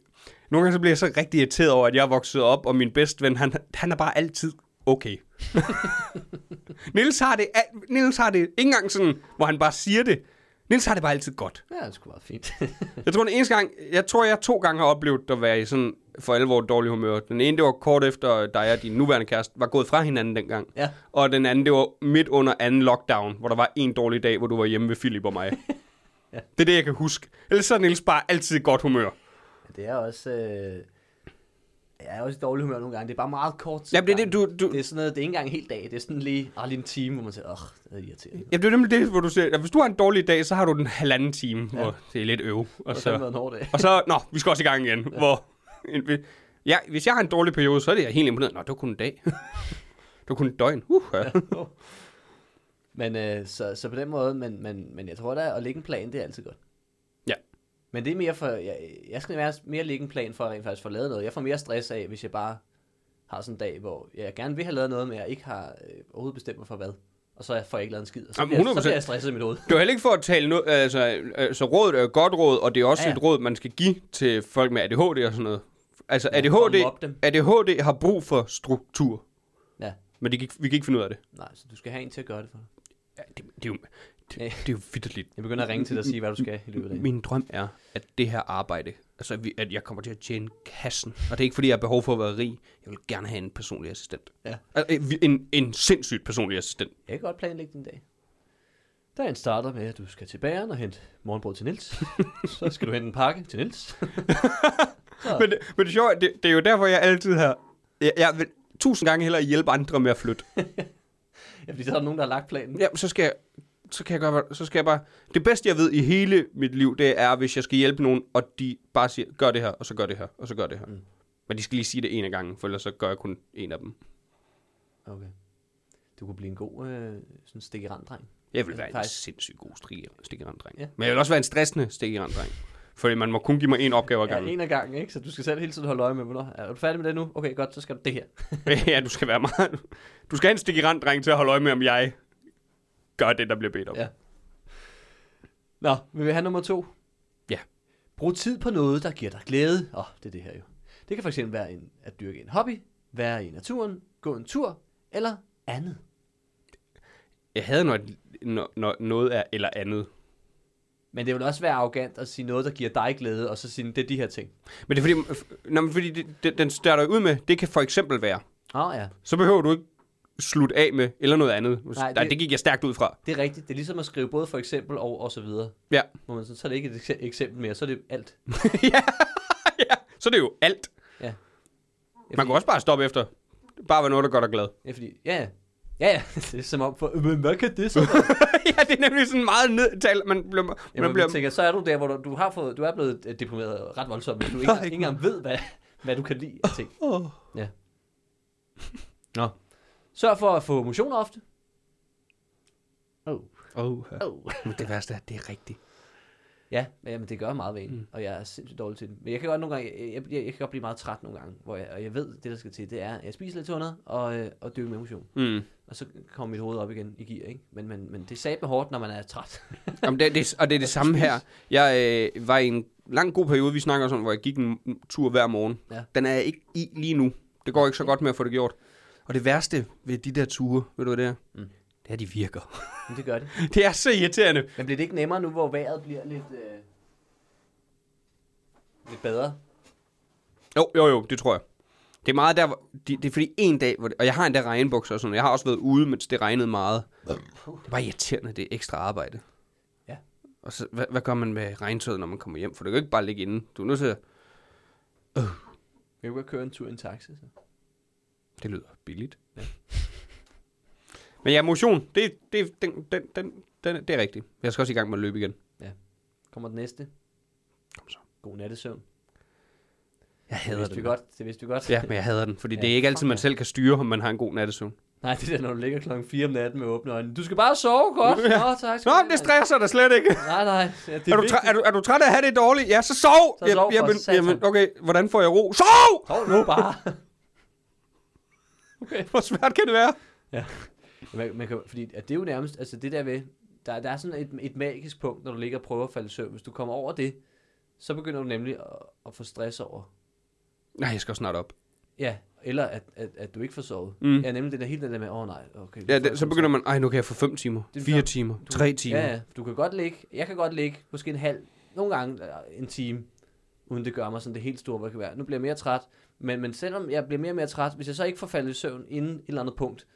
S3: nogle gange så bliver jeg så rigtig irriteret over, at jeg er vokset op, og min bedste ven, han, han er bare altid okay. Niels har det, al- Niels har det ikke engang sådan, hvor han bare siger det. Niels har det bare altid godt.
S4: ja, det er sgu meget fint.
S3: Jeg tror, den eneste gang, jeg tror, jeg to gange har oplevet at være i sådan for alvor dårlig humør. Den ene, det var kort efter dig og din nuværende kæreste var gået fra hinanden dengang.
S4: ja.
S3: Og den anden, det var midt under anden lockdown, hvor der var en dårlig dag, hvor du var hjemme ved Philip og mig.
S4: Ja.
S3: Det er det, jeg kan huske. Ellers så er Niels bare altid i godt humør.
S4: Men Det er også... Øh... Jeg er også i dårlig humør nogle gange. Det er bare meget kort.
S3: Ja, det er det, du- du-
S4: Det er sådan noget, det er ikke engang en hel dag. Det er sådan lige, ah, lige en time, hvor man siger, åh, det er irriterende.
S3: Ja, det er nemlig det, hvor du siger, at hvis du har en dårlig dag, så har du den halvanden time, ja.
S4: Ja.
S3: hvor det er lidt øv. Og
S4: Det har
S3: så,
S4: været en hård dag.
S3: og så, nå, vi skal også i gang igen. Ja. Hvor, ja, hvis jeg har en dårlig periode, så er det jeg helt imponeret. Nå, det var kun en dag. det var kun et døgn. Uh, ja.
S4: Men øh, så, så på den måde, men, men, men jeg tror da, at lægge en plan, det er altid godt.
S3: Ja.
S4: Men det er mere for, jeg, jeg skal mere, mere lægge en plan for at rent faktisk få lavet noget. Jeg får mere stress af, hvis jeg bare har sådan en dag, hvor jeg gerne vil have lavet noget, men jeg ikke har øh, overhovedet bestemt mig for hvad. Og så får jeg ikke lavet en skid. Og så,
S3: Jamen,
S4: bliver, jeg, så
S3: 100%.
S4: bliver jeg stresset i mit hoved.
S3: Det var heller ikke for at tale noget, altså, altså rådet er et godt råd, og det er også ja,
S4: Ja,
S3: ja.
S4: ja.
S3: et råd, man skal give til folk med ADHD og sådan noget. Altså
S4: for at
S3: ADHD,
S4: mobbe dem.
S3: ADHD har brug for struktur,
S4: Ja.
S3: men det, kan ikke- vi kan ikke finde ud af det.
S4: Nej, så du skal have en til at gøre det for dig.
S3: Ja, det, det, er jo, det,
S4: Ja.
S3: det er jo vidderligt.
S4: Jeg begynder at ringe til dig og sige, hvad du skal i løbet af dagen.
S3: Min drøm er, at det her arbejde, altså at vi- at jeg kommer til at tjene kassen, og det er ikke fordi, jeg har behov for at være rig. Jeg vil gerne have en personlig assistent.
S4: Ja.
S3: Altså, en- en, en sindssygt personlig assistent.
S4: Jeg kan godt planlægge din dag. Dagen starter med, at du skal til bageren og hente morgenbrød til Nils. så skal du hente en pakke til Nils.
S3: Men, det- men det sjove er, det, det er jo derfor, jeg altid har... Jeg, jeg vil tusind gange hellere hjælpe andre med at flytte.
S4: ja, fordi så er der nogen, der har lagt planen.
S3: Ja, så skal jeg, så kan jeg gøre, hvad- så skal jeg bare... Det bedste, jeg ved i hele mit liv, det er, hvis jeg skal hjælpe nogen, og de bare siger, gør det her, og så gør det her, og så gør det her. Mm.
S4: Mm.
S3: Men de skal lige sige det en af gangen, for ellers så gør jeg kun en af dem.
S4: Okay. Du kunne blive en god øh, sådan stikkerand-dreng.
S3: Jeg vil
S4: Ja,
S3: være en
S4: faktisk.
S3: sindssygt god strik- stikkeramt-dreng. Ja.
S4: Ja.
S3: Men jeg vil også være en stressende stikkeramt-dreng. Fordi man må kun give mig en opgave ad
S4: Ja,
S3: gangen.
S4: en af gangen, ikke? Så du skal selv hele tiden holde øje med, hvornår. Er du færdig med det nu? Okay, godt, så skal du det her.
S3: Ja, ja du skal være meget... Du skal have en stikkeramt-dreng til at holde øje med, om jeg gør det, der bliver bedt om. Ja.
S4: Ja. Nå, vil vi have nummer to?
S3: Ja.
S4: Brug tid på noget, der giver dig glæde. Åh, oh, det er det her jo. Det kan fx være en, at dyrke en hobby, være i naturen, gå en tur, eller andet.
S3: Jeg havde noget, når, når noget er eller andet.
S4: Men det vil også være arrogant at sige noget, der giver dig glæde, og så sige, det er de her ting.
S3: Men det er fordi... Nå, men fordi det, det, den starter ud med, det kan for eksempel være,
S4: Åh oh, ja,
S3: så behøver du ikke slutte af med eller noget andet. Nej,
S4: Nej,
S3: det, Nej,
S4: det-
S3: det gik jeg stærkt ud fra.
S4: det er rigtigt. Det er ligesom at skrive både for eksempel og, og så videre.
S3: Ja.
S4: Hvor man sådan, så er det ikke et ekse- eksempel mere, så er det alt.
S3: ja, ja. Så er det jo alt.
S4: Ja. ja
S3: Man
S4: fordi-
S3: kunne også bare stoppe efter. Bare være noget, der gør dig glad.
S4: Ja, fordi, ja, ja. Ja, ja, det er som om for, "Øh, men hvad kan det så? være?"
S3: ja, det er nemlig sådan meget nedtalt. Man bliver,
S4: Jamen,
S3: man
S4: man
S3: bliver
S4: tænker, så er du der, hvor du, du, har fået, du er blevet øh, deprimeret ret voldsomt, men du ikke,
S3: ikke
S4: ikke engang ved, hvad, hvad du kan lide af ting.
S3: Åh.
S4: Ja. Nå. Sørg for at få motion ofte. Oh.
S3: Oh,
S4: Oh.
S3: det værste er, at det er rigtigt.
S4: Ja, men jamen, det gør meget ved en, mm. og jeg er sindssygt dårlig til det. Men jeg kan godt nogle gange, jeg, jeg, jeg kan godt blive meget træt nogle gange, hvor jeg, og jeg ved, det der skal til, det er, at jeg spiser lidt sundere og, øh, og dykker med motion.
S3: Mm.
S4: Og så kommer mit hoved op igen i gear, ikke? Men, men, men det er satme hårdt, når man er træt.
S3: Jamen, det, det, og det er det samme her. Jeg øh, var i en lang god periode, vi snakker sådan, hvor jeg gik en tur hver morgen.
S4: Ja.
S3: Den er jeg ikke i lige nu. Det går ikke så godt med at få det gjort. Og det værste ved de der ture, ved du hvad det er? Mm. Det er, de virker.
S4: men det gør det.
S3: det er så irriterende.
S4: Men bliver det ikke nemmere nu, hvor vejret bliver lidt, øh, lidt bedre?
S3: Jo, jo, jo, det tror jeg. Det er meget der, hvor- det, det er fordi en dag, hvor det, og jeg har endda regnbukser og sådan noget. Jeg har også været ude, mens det regnede meget. Det er bare irriterende, det er ekstra arbejde.
S4: Ja.
S3: Og så, hvad, hvad gør man med regntøjet, når man kommer hjem? For det kan jo ikke bare ligge inde. Du er nødt til at,
S4: Jeg kan godt køre en tur i en taxi, så.
S3: det lyder billigt. Ja. Men ja, motion, det, det, den, den, den, den, det er rigtigt. Jeg skal også i gang med at løbe igen.
S4: Kommer den næste?
S3: Kom så.
S4: God nattesøvn.
S3: Jeg
S4: Det vidste vi godt. Det vidste vi godt.
S3: Ja, men jeg hader den, fordi
S4: Ja,
S3: ja, det er ikke altid,
S4: fuck
S3: man
S4: ja.
S3: selv kan styre, om man har en god nattesøvn.
S4: Nej, det der, når du ligger klokken 4 om natten med åbne øjne. Du skal bare sove godt.
S3: Ja.
S4: Nå, tak.
S3: Nå, men det stresser dig slet ikke.
S4: Nej, nej. Ja, det
S3: er, du træ, er, du, er du træt af at have det dårligt? Ja, så sov!
S4: Så sov for
S3: jamen,
S4: satan.
S3: jamen, okay, hvordan får jeg ro? Sov!
S4: Sov nu bare.
S3: Hvor svært kan det være?
S4: man, man kan, fordi at det er jo nærmest, altså det der ved, der, der er sådan et, et magisk punkt, når du ligger og prøver at falde i søvn. Hvis du kommer over det, så begynder du nemlig at, at få stress over.
S3: Nej, jeg skal også snart op.
S4: Ja, eller at, at, at du ikke får sovet.
S3: Mm.
S4: Ja, nemlig det der hele den der med, åh oh, nej, okay. nu
S3: Ja,
S4: får jeg
S3: det, så
S4: kun
S3: begynder man, ej, nu kan jeg få 5 timer,
S4: Det er
S3: 4
S4: klart.
S3: timer,
S4: Du-
S3: 3 timer.
S4: Ja, ja. Du kan godt ligge, jeg kan godt ligge måske en halv, nogle gange øh, en time, uden det gør mig sådan det helt store, hvor jeg kan være. Nu bliver jeg mere træt, men, men selvom jeg bliver mere og mere træt, hvis jeg så ikke får faldet i søvn inden et eller andet punkt,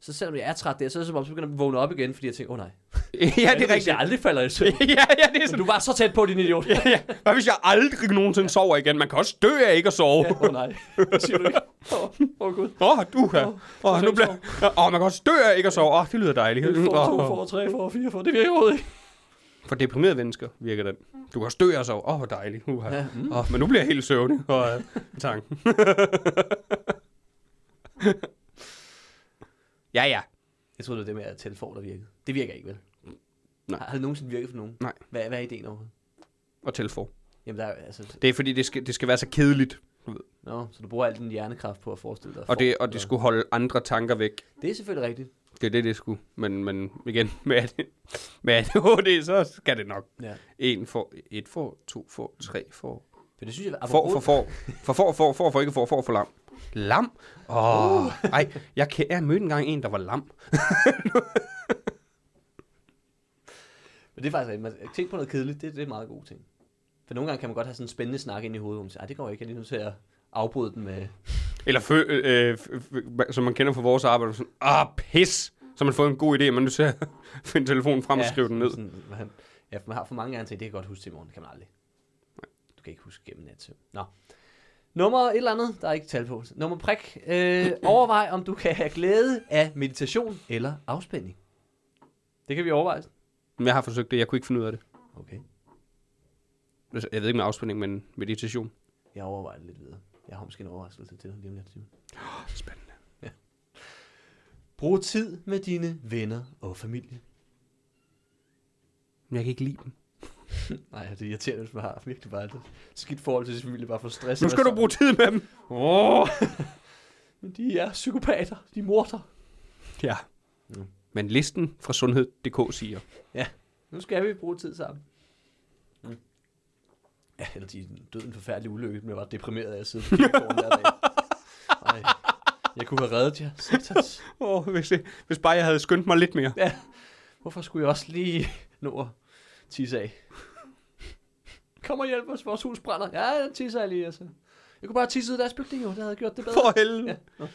S4: så selvom jeg er træt der, så er det som om, så begynder jeg at vågne op igen, fordi jeg tænker, åh oh, nej,
S3: ja
S4: Hvad
S3: det
S4: nu,
S3: er
S4: hvis
S3: rigtigt.
S4: jeg aldrig falder i søvn.
S3: ja, ja, det er
S4: Men
S3: sådan.
S4: du var så tæt på, din idiot.
S3: Ja, ja. Hvad hvis jeg aldrig nogensinde sover igen? Man kan også dø af ikke at sove.
S4: Åh oh, nej, det siger du ikke. Åh, oh, oh, gud.
S3: Åh, oh, du her.
S4: Åh,
S3: Åh, oh,
S4: så skal
S3: nu bliver...
S4: jeg
S3: Åh, oh, man kan også dø af ikke at sove. Åh, oh, det lyder dejligt.
S4: For to,
S3: Åh.
S4: for tre, for fire, for det virker overhovedet ikke.
S3: For deprimerede mennesker virker den. Du kan også dø af at sove. Åh, oh, hvor dejligt. Uh,
S4: Ja,
S3: ja, mm. oh, men nu bliver jeg helt søvnig. Og, uh, tanken. ja, ja.
S4: Jeg troede, det var det med at tælle for, der virkede. Det virker ikke, vel?
S3: Nej.
S4: Har, har det nogensinde virket for nogen?
S3: Nej.
S4: Hvad, hvad er ideen overhovedet?
S3: Og telfor.
S4: Jamen, der er, jo- altså,
S3: Det er fordi, det skal, det skal være så kedeligt.
S4: Nå, så du bruger al din hjernekraft på at forestille dig.
S3: Og det, og
S4: eller-
S3: det skulle holde andre tanker væk.
S4: det er selvfølgelig rigtigt.
S3: Det er det, det skulle. Men, men igen, med, AD- med ADHD, så skal det nok.
S4: Ja.
S3: En for, et for, to for, tre for.
S4: For det synes jeg,
S3: For, for, for. For, for, for, for, for, ikke for, for, for lam. Lam? Åh, oh, ej. Jeg, kan, jeg mødte engang en, der var lam.
S4: Men det er faktisk rigtigt. Man- Tænk på noget kedeligt, det, det er en meget god ting. For nogle gange kan man godt have sådan en spændende snak ind i hovedet, hvor man siger, "Ej, det går ikke, jeg er lige nødt til at afbryde den med...
S3: Eller fø, øh, f- f- som man kender fra vores arbejde, sådan, ah, pis! Så man får en god idé, og man er nødt til at finde telefonen frem ja, og skrive den ned.
S4: Sådan, man, ja, for man har for mange gange til, det kan jeg godt huske til i morgen, det kan man aldrig. Du kan ikke huske gennem natsøvn. Nå. Nummer et eller andet, der er ikke tal på. Nummer prik. Øh, overvej, om du kan have glæde af meditation eller afspænding. Det kan vi overveje.
S3: Men jeg har forsøgt det, jeg kunne ikke finde ud af det.
S4: Okay.
S3: Altså, Jeg ved ikke med afspænding, men meditation.
S4: Jeg overvejer det lidt videre. Jeg har måske en overraskelse til dig lige om lidt. Simon.
S3: Ah, Spændende.
S4: Brug tid med dine venner og familie.
S3: Men jeg kan ikke lide dem.
S4: Nej, det er irriterende, hvis man har virkelig bare et skidt forhold til sin familie, bare for stress.
S3: Nu skal du bruge tid med dem.
S4: Oh. Men de er psykopater. De morder.
S3: Ja.
S4: Mm.
S3: Men listen fra sundhed.dk siger,
S4: Nu skal vi bruge tid sammen. Mm. Ja, eller de døde en forfærdelig ulykke, men jeg var deprimeret af at sidde på kirkegården hver dag. Ej, jeg kunne have reddet jer. Satans.
S3: åh, oh, hvis, jeg- hvis bare jeg havde skyndt mig lidt mere.
S4: Ja. Hvorfor skulle jeg også lige nå at tisse af? Kom og hjælp os, vores hus brænder. Ja, jeg tisser jeg lige, altså. Jeg kunne bare tisse ud af deres bygning, jo. Det havde gjort det bedre.
S3: For helvede.
S4: Ja.
S3: Ja.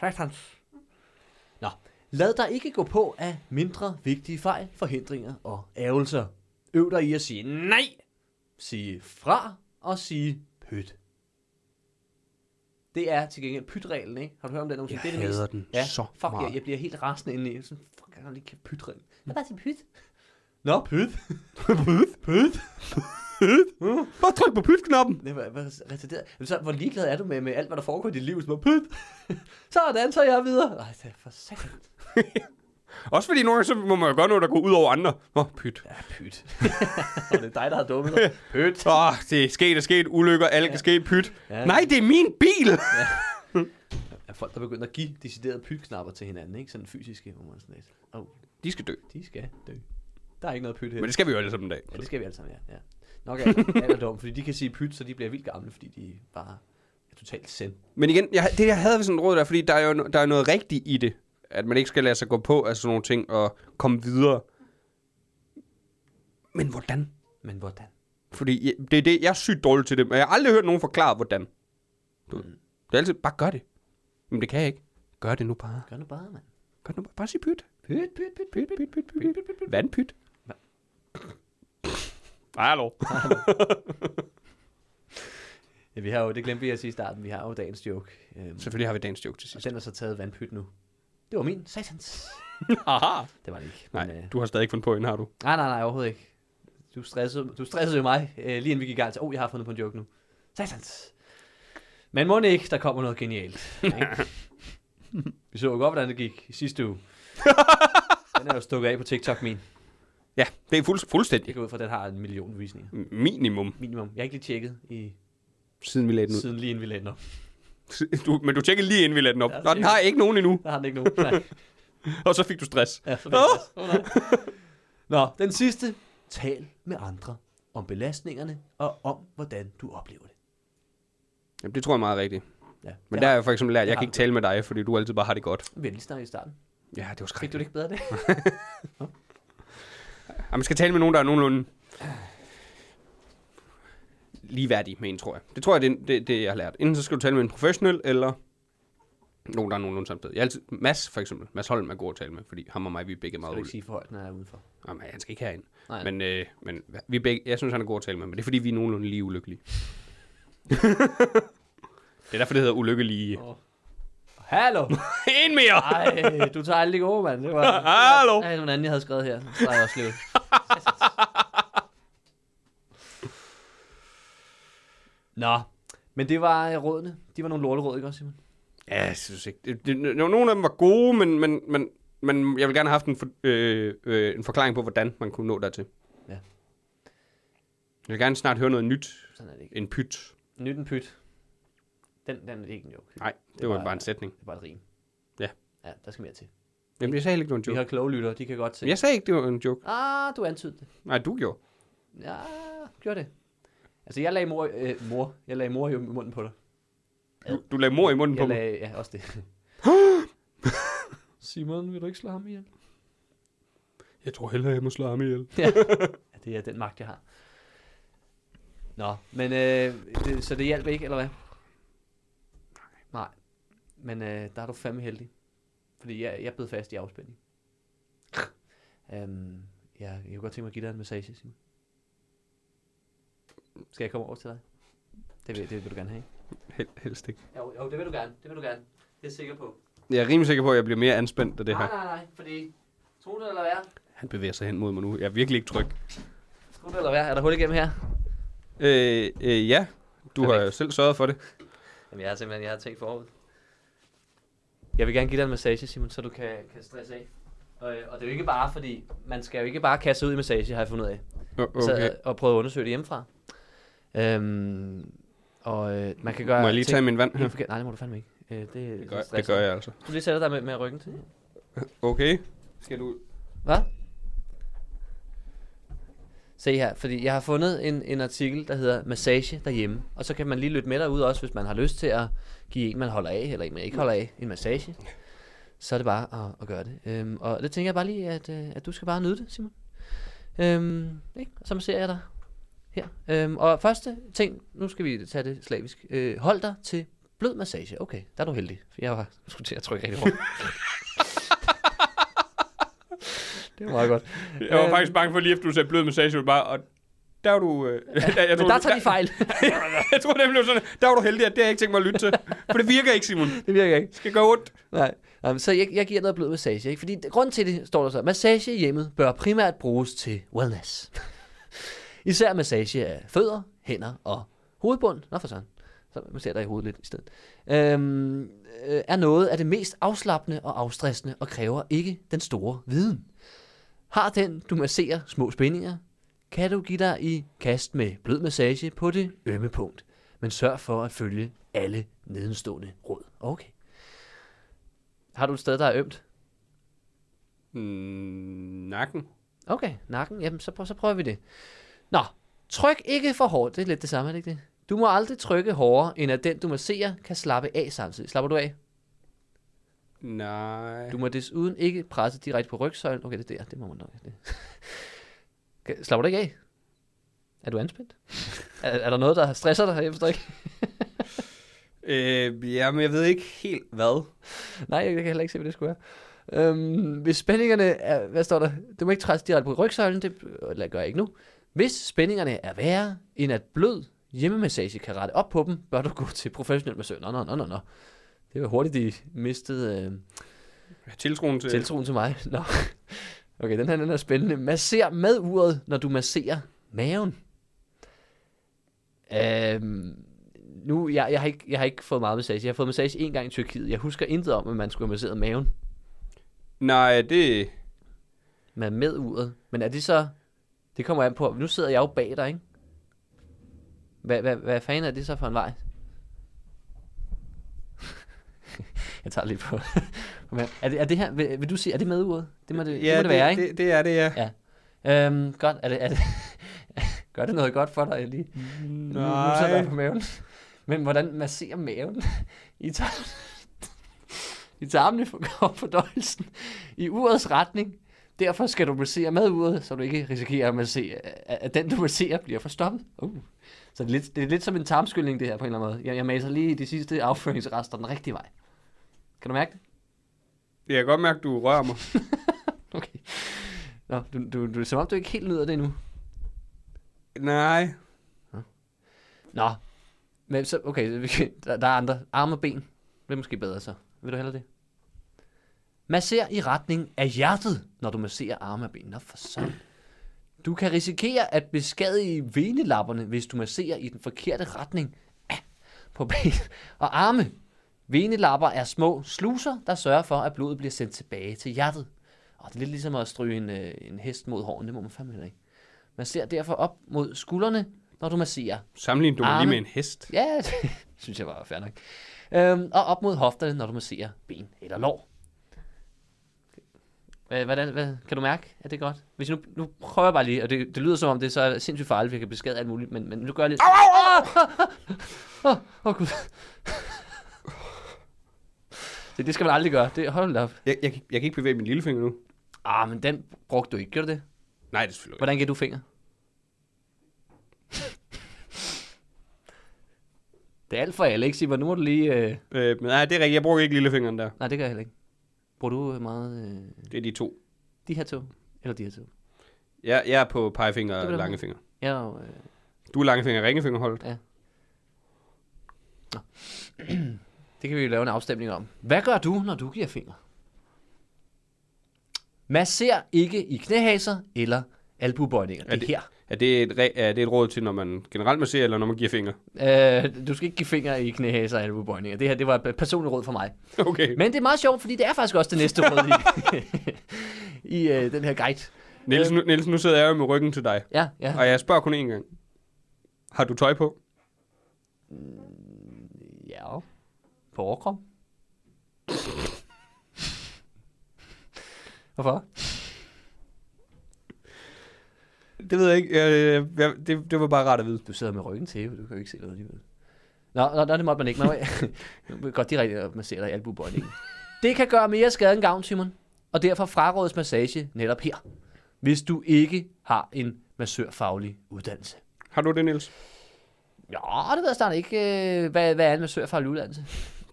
S4: Satans. Nå, lad dig ikke gå på af mindre vigtige fejl, forhindringer og ærgelser. Øv dig i at sige nej, sige fra at sige pyt. Det er til gengæld pytreglen, ikke? Har du hørt om den? nogensinde?
S3: Jeg
S4: det er det mest-
S3: hader den
S4: ja,
S3: så
S4: fuck,
S3: meget.
S4: Jeg, jeg bliver helt rasende indeni. Jeg er sådan, fuck, jeg kan ikke lide pytreglen. Jeg bare sige pyt. Nå, pyt. pyt. Pyt.
S3: Bare tryk på pytknappen.
S4: Det var, var retarderet. Jamen, så, hvor ligeglad er du med, med alt, hvad der foregår i dit liv? Så, pyt. Sådan, så er jeg videre. Nej, det er for satan.
S3: Også fordi nogle gange, så må man jo gøre noget, der går ud over andre. Nå, pyt.
S4: Ja, pyt. Og det er dig, der har dummet dig. Pyt.
S3: Åh, oh, det er sket og sket. Ulykker, alle ja. kan ske. Pyt.
S4: Ja.
S3: Ja. Nej, det er min bil!
S4: Er folk, der begynder at give deciderede pytknapper til hinanden, ikke? Sådan fysiske, hvor man sådan lidt. Åh, oh,
S3: De skal dø.
S4: de skal dø. Der er ikke noget pyt her.
S3: Men det skal vi jo alle sammen en dag.
S4: Ja, det skal vi alle sammen, ja. ja. Nok alder- alderdom, fordi de kan sige pyt, så de bliver vildt gamle, fordi de bare er totalt send.
S3: Men igen, jeg, det jeg havde ved sådan et råd der, fordi der er jo no- der er noget rigtigt i det. At man ikke skal lade sig gå på af sådan nogle ting og komme videre. Men hvordan?
S4: Men hvordan?
S3: Fordi jeg- det er det, jeg er sygt dårlig til det, men jeg har aldrig hørt nogen forklare, hvordan. Du, mm. Det er altid, bare gør det. Men det kan jeg ikke. Gør det nu bare.
S4: Gør nu bare, mand.
S3: Gør det nu bare. Bare sig pyt.
S4: Pyt, pyt, pyt, pyt,
S3: Pyt, pyt, pyt, pyt, pyt, pyt, pyt. Vandpyt.
S4: Hva-
S3: Ej, hallo.
S4: Ja, vi har jo, det glemte vi at sige i starten, vi har jo dagens joke. Øhm,
S3: Selvfølgelig har vi dagens joke til
S4: og
S3: sidst.
S4: den er så taget vandpyt nu. Det var min. Satans.
S3: Aha.
S4: Det var det ikke. men, øh,
S3: Nej, du har stadig ikke fundet på en, har du?
S4: Nej, nej, nej, overhovedet ikke. Du stressede, du stressede jo mig, øh, lige inden vi gik i gang til, åh, oh, jeg har fundet på en joke nu. Satans. Men må ikke, der kommer noget genialt. ikke? vi så jo godt, hvordan det gik i sidste uge. Den er jo stukket af på TikTok min.
S3: Ja, det er fuld,
S4: Jeg
S3: fuldstændig.
S4: går ud fra, at den har en million visninger.
S3: Minimum,
S4: Minimum. Jeg har ikke lige tjekket i,
S3: siden vi lagde den ud.
S4: siden lige inden vi lagde den op.
S3: Du, men du tjekkede lige inden vi lagde den op.
S4: Ja,
S3: Nå, den har ikke nogen endnu.
S4: Der har den ikke nogen. Nej.
S3: Og så fik du stress.
S4: Ja, så fik jeg stress. Åh, nej. Nå, den sidste. Tal med andre om belastningerne og om, hvordan du oplever det.
S3: Jamen, det tror jeg er meget rigtigt.
S4: Ja,
S3: Men
S4: det har-
S3: der har jeg for eksempel lært, at
S4: det
S3: jeg
S4: har
S3: kan ikke tale med dig, fordi du altid bare har det godt.
S4: Vi har lige snakket i starten.
S3: Ja, det var
S4: Fik du det
S3: skrækkeligt.
S4: ikke bedre af det?
S3: Ja, man skal tale med nogen, der er nogenlunde ligeværdig med en, tror jeg. Det tror jeg, det, er- det, det jeg har lært. Enten så skal du tale med en professionel, eller nogen, der er nogenlunde samtidig. Jeg er altid, Mads for eksempel. Mads Holm er god at tale med, fordi ham og mig, vi er begge
S4: Skal
S3: meget
S4: du ikke
S3: ulige.
S4: sige for højt, når jeg er udenfor?
S3: Jamen, han skal ikke herind.
S4: Nej.
S3: Men, øh, men vi er begge, jeg synes, han er god at tale med, men det er, fordi vi er nogenlunde lige ulykkelige. det er derfor, det hedder ulykkelige.
S4: Åh. Hallo!
S3: En mere!
S4: Ej, du tager alle de gode, mand. Det var...
S3: Hallo!
S4: Ej, det var en anden, jeg havde skrevet her. Så er jeg også levet. Nå, men det var øh, rådene. De var nogle lorteråd, ikke også, Simon?
S3: Ja, jeg synes ikke. Det, det, no- nogle af dem var gode, men, men, men, men jeg vil gerne have haft en, for, øh, øh, en forklaring på, hvordan man kunne nå dertil.
S4: Ja.
S3: Jeg vil gerne snart høre noget nyt.
S4: Sådan er det ikke.
S3: En pyt.
S4: Nyt en pyt. Den, den er ikke en joke.
S3: Nej, det,
S4: Det
S3: det var
S4: var-
S3: bare en sætning.
S4: Det er bare et rim.
S3: Ja.
S4: Ja, der skal mere til.
S3: Jamen, jeg sagde heller ikke, det
S4: Vi
S3: var en
S4: har
S3: joke.
S4: kloge lyttere, de kan godt se.
S3: Jeg sagde ikke, det var en joke.
S4: Ah, du antydede det.
S3: Nej, du gjorde.
S4: Ja, gjorde det. Altså, jeg lagde mor, øh, mor. Jeg lagde mor i munden på dig.
S3: Du, du lagde mor i munden på
S4: Jeg
S3: mig.
S4: lagde, ja, også det. Simon, vil du ikke slå ham ihjel?
S3: Jeg tror hellere, jeg må slå ham ihjel.
S4: Ja. ja, det er den magt, jeg har. Nå, men øh, det, så det hjalp ikke, eller hvad? Nej. Men øh, der er du fandme heldig. Fordi jeg, jeg blev fast i afspænding. Øhm, ja, jeg kunne godt tænke mig at give dig en massage, Simon. Skal jeg komme over til dig? Det vil, det vil du gerne have, ikke?
S3: Hel, helst ikke.
S4: Jo, jo, det vil du gerne. Det vil du gerne. Det er jeg sikker på.
S3: Jeg er rimelig sikker på, at jeg bliver mere anspændt af det her.
S4: Nej, nej, nej, fordi... Tro det eller hvad?
S3: Han bevæger sig hen mod mig nu. Jeg er virkelig ikke tryg.
S4: Tro det eller hvad? Er der hul igennem her?
S3: Øh, øh ja. Du har
S4: Perfekt.
S3: jo selv sørget for det.
S4: Jamen, jeg har simpelthen jeg har tænkt forud. Jeg vil gerne give dig en massage, Simon, så du kan, kan stresse af. Og, øh, og det er jo ikke bare, fordi man skal jo ikke bare kaste sig ud i massage, har jeg fundet ud af.
S3: Åh, Okay.
S4: Så, øh, og prøve at undersøge det hjemmefra. Øhm, og øh, man kan gøre...
S3: Må jeg lige tage
S4: ting
S3: min vand her?
S4: helt forkert. Nej, det må du fandme ikke. Øh, det, det,
S3: Gør, det gør jeg altså.
S4: Du lige sætter dig med, med ryggen til.
S3: Okay. Skal du...
S4: Hvad? Se her, fordi jeg har fundet en, en artikel, der hedder Massage derhjemme. Og så kan man lige lytte med derude også, hvis man har lyst til at give en, man holder af, eller en, man ikke holder af, en massage. Så er det bare at, at gøre det. Øhm, og det tænker jeg bare lige, at, øh, at du skal bare nyde det, Simon. Øhm, ikke? Så masserer jeg dig her. Øhm, og første ting, nu skal vi tage det slavisk. Øh, hold dig til blød massage. Okay, der er du heldig. For jeg var skulle til at trykke rigtig hårdt. det var meget godt.
S3: Jeg var
S4: Øhm.
S3: faktisk bange for lige, efter du sagde blød massage, og bare... Og der er du... Øh, ja, jeg,
S4: Men der tager de fejl.
S3: jeg tror nemlig det var sådan, der var du heldig, at det har jeg ikke tænkt mig at lytte til. For det virker ikke, Simon.
S4: det virker ikke.
S3: Det skal gøre ondt.
S4: Nej. Jamen, så jeg, jeg giver noget blød massage. Ikke? Fordi det- grunden til det, står der så, massage i hjemmet bør primært bruges til wellness. Især massage af fødder, hænder og hovedbund. Nå for sådan. Så man ser der i hovedet lidt i stedet. Øhm, øh, er noget af det mest afslappende og afstressende og kræver ikke den store viden. Har den, du masserer små spændinger, kan du give dig i kast med blød massage på det ømme punkt. Men sørg for at følge alle nedenstående råd. Okay. Har du et sted, der er ømt?
S3: Mm, nakken.
S4: Okay, nakken. Jamen, så, prø- så prøver vi det. Nå, tryk ikke for hårdt. Det er lidt det samme, er det ikke det? Du må aldrig trykke hårdere, end at den, du masserer, kan slappe af samtidig. Slapper du af?
S3: Nej.
S4: Du må desuden ikke presse direkte på rygsøjlen. Okay, det er der. Det må man nok. Det. Kan- Slapper du ikke af? Er du anspændt? er, er der noget, der stresser dig? Jeg forstår ikke.
S3: Øh, jamen, jeg ved ikke helt, hvad.
S4: Nej, jeg kan heller ikke se, hvad det skulle være. Øhm, hvis spændingerne er... Hvad står der? Du må ikke træde direkte på rygsøjlen. Det eller gør jeg ikke nu. Hvis spændingerne er værre, end at blød hjemmemassage kan rette op på dem, bør du gå til professionel massør. Nå, nå, nå, nå, nå. Det var hurtigt, de mistede øh,
S3: Tiltroen til...
S4: tiltroen til mig. Nå. Okay, den her den er spændende. Masser med uret, når du masserer maven. Øhm, nu, jeg, jeg, har ikke, jeg har ikke fået meget massage. Jeg har fået massage en gang i Tyrkiet. Jeg husker intet om, at man skulle have masseret maven.
S3: Nej, det...
S4: med med uret. Men er det så... Det kommer an på... Nu sidder jeg jo bag dig, ikke? Hvad, hvad, hvad fanden er det så for en vej? jeg tager lige på... på mand. er, det, er det her... Vil, vil du sige... Er det med uret? Det må det, ja, det, må det, være, ikke?
S3: Det, det er det, ja.
S4: Det. Øhm, godt. Er det, er det, gør det noget godt for dig lige? Mm, Nu, nu sidder jeg på maven. Men hvordan masserer maven? I tager, I tager armene for fordøjelsen i urets retning. Derfor skal du massere med uret, så du ikke risikerer, at, massere, at at den, du masserer, bliver forstoppet. Uh. Så det er, lidt, det er lidt som en tarmskyldning, det her på en eller anden måde. Jeg, jeg maser lige de sidste afføringsrester den rigtige vej. Kan du mærke det?
S3: Jeg kan godt mærke, at du rører mig.
S4: Okay. Nå, du, du, du, som om du ikke helt nyder det endnu.
S3: Nej.
S4: Nå, men så, okay, så vi kan- der, der er andre. Arme og ben. Det er måske bedre så. Vil du hellere det? Masser i retning af hjertet, når du masserer arme og ben. Nå for sådan. Du kan risikere at beskadige venelapperne, hvis du masserer i den forkerte retning Ah, på ben og arme. Venelapper er små sluser, der sørger for, at blodet bliver sendt tilbage til hjertet. Og det er lidt ligesom at stryge en, øh, en hest mod hården, det må man fandme heller ikke. Masser derfor op mod skuldrene, når du masserer
S3: Sammenlign du mig lige
S4: Arme.
S3: med en hest.
S4: Ja, det synes jeg var fair nok. Øhm, og op mod hofterne, når du masserer ben eller lår. Hvad, hvordan, hvad, kan du mærke, at det er godt? Hvis jeg nu, nu prøver jeg bare lige, og det, det lyder som om, det er så sindssygt farligt, vi kan beskade alt muligt, men, men nu gør jeg lidt... Ah, Åh, oh, oh, gud. Det, det skal man aldrig gøre. Det, hold da op.
S3: Jeg, jeg, kan- jeg kan ikke bevæge min lillefinger nu.
S4: Ah, men den brugte du ikke, gjorde du det?
S3: Nej, det er selvfølgelig ikke.
S4: Hvordan giver du finger? Det er alt for alle, ikke Simon? Nu må du lige... Øh...
S3: Øh, men nej, det er rigtigt. Jeg bruger ikke lillefingeren der.
S4: Nej, det gør jeg heller ikke. Bruger du øh, meget øh,
S3: Det er de to.
S4: de her to? Eller de her to?
S3: Jeg, jeg er på pegefinger
S4: Det
S3: og
S4: vil jeg
S3: langefinger.
S4: Jeg er jo, øh,
S3: Du er langefinger og ringefinger holdt.
S4: det kan vi jo lave en afstemning om. Hvad gør du, når du giver fingre? Masser ikke i knæhaser eller albuebøjninger. Det,
S3: det-
S4: det her.
S3: Er det, et, re- er det et råd til, når man generelt masserer, eller når man giver fingre?
S4: Øh, du skal ikke give fingre i knæhaser og albuebøjninger. Det her det var et personligt råd for mig.
S3: Okay.
S4: Men det er meget sjovt, fordi det er faktisk også det næste råd i, i øh, den her guide. øh,
S3: Nielsen, nu, Nielsen, nu sidder jeg jo med ryggen til dig.
S4: Ja, ja.
S3: Og jeg spørger kun én gang. Har du tøj på?
S4: Ja. På overkrom. Hvorfor?
S3: Det ved jeg ikke. Jeg, jeg, det, det var bare rart at vide.
S4: Du sidder med ryggen til, du kan jo ikke se noget alligevel. Nå, nå, nå det måtte man ikke. Man må godt direkte at massere dig i albuebøjningen. Det kan gøre mere skade end gavn, Simon. Og derfor frarådes massage netop her. Hvis du ikke har en massørfaglig uddannelse.
S3: Har du det, Niels?
S4: Ja, det ved jeg snart ikke. øh, Hvad, hvad er en massørfaglig uddannelse?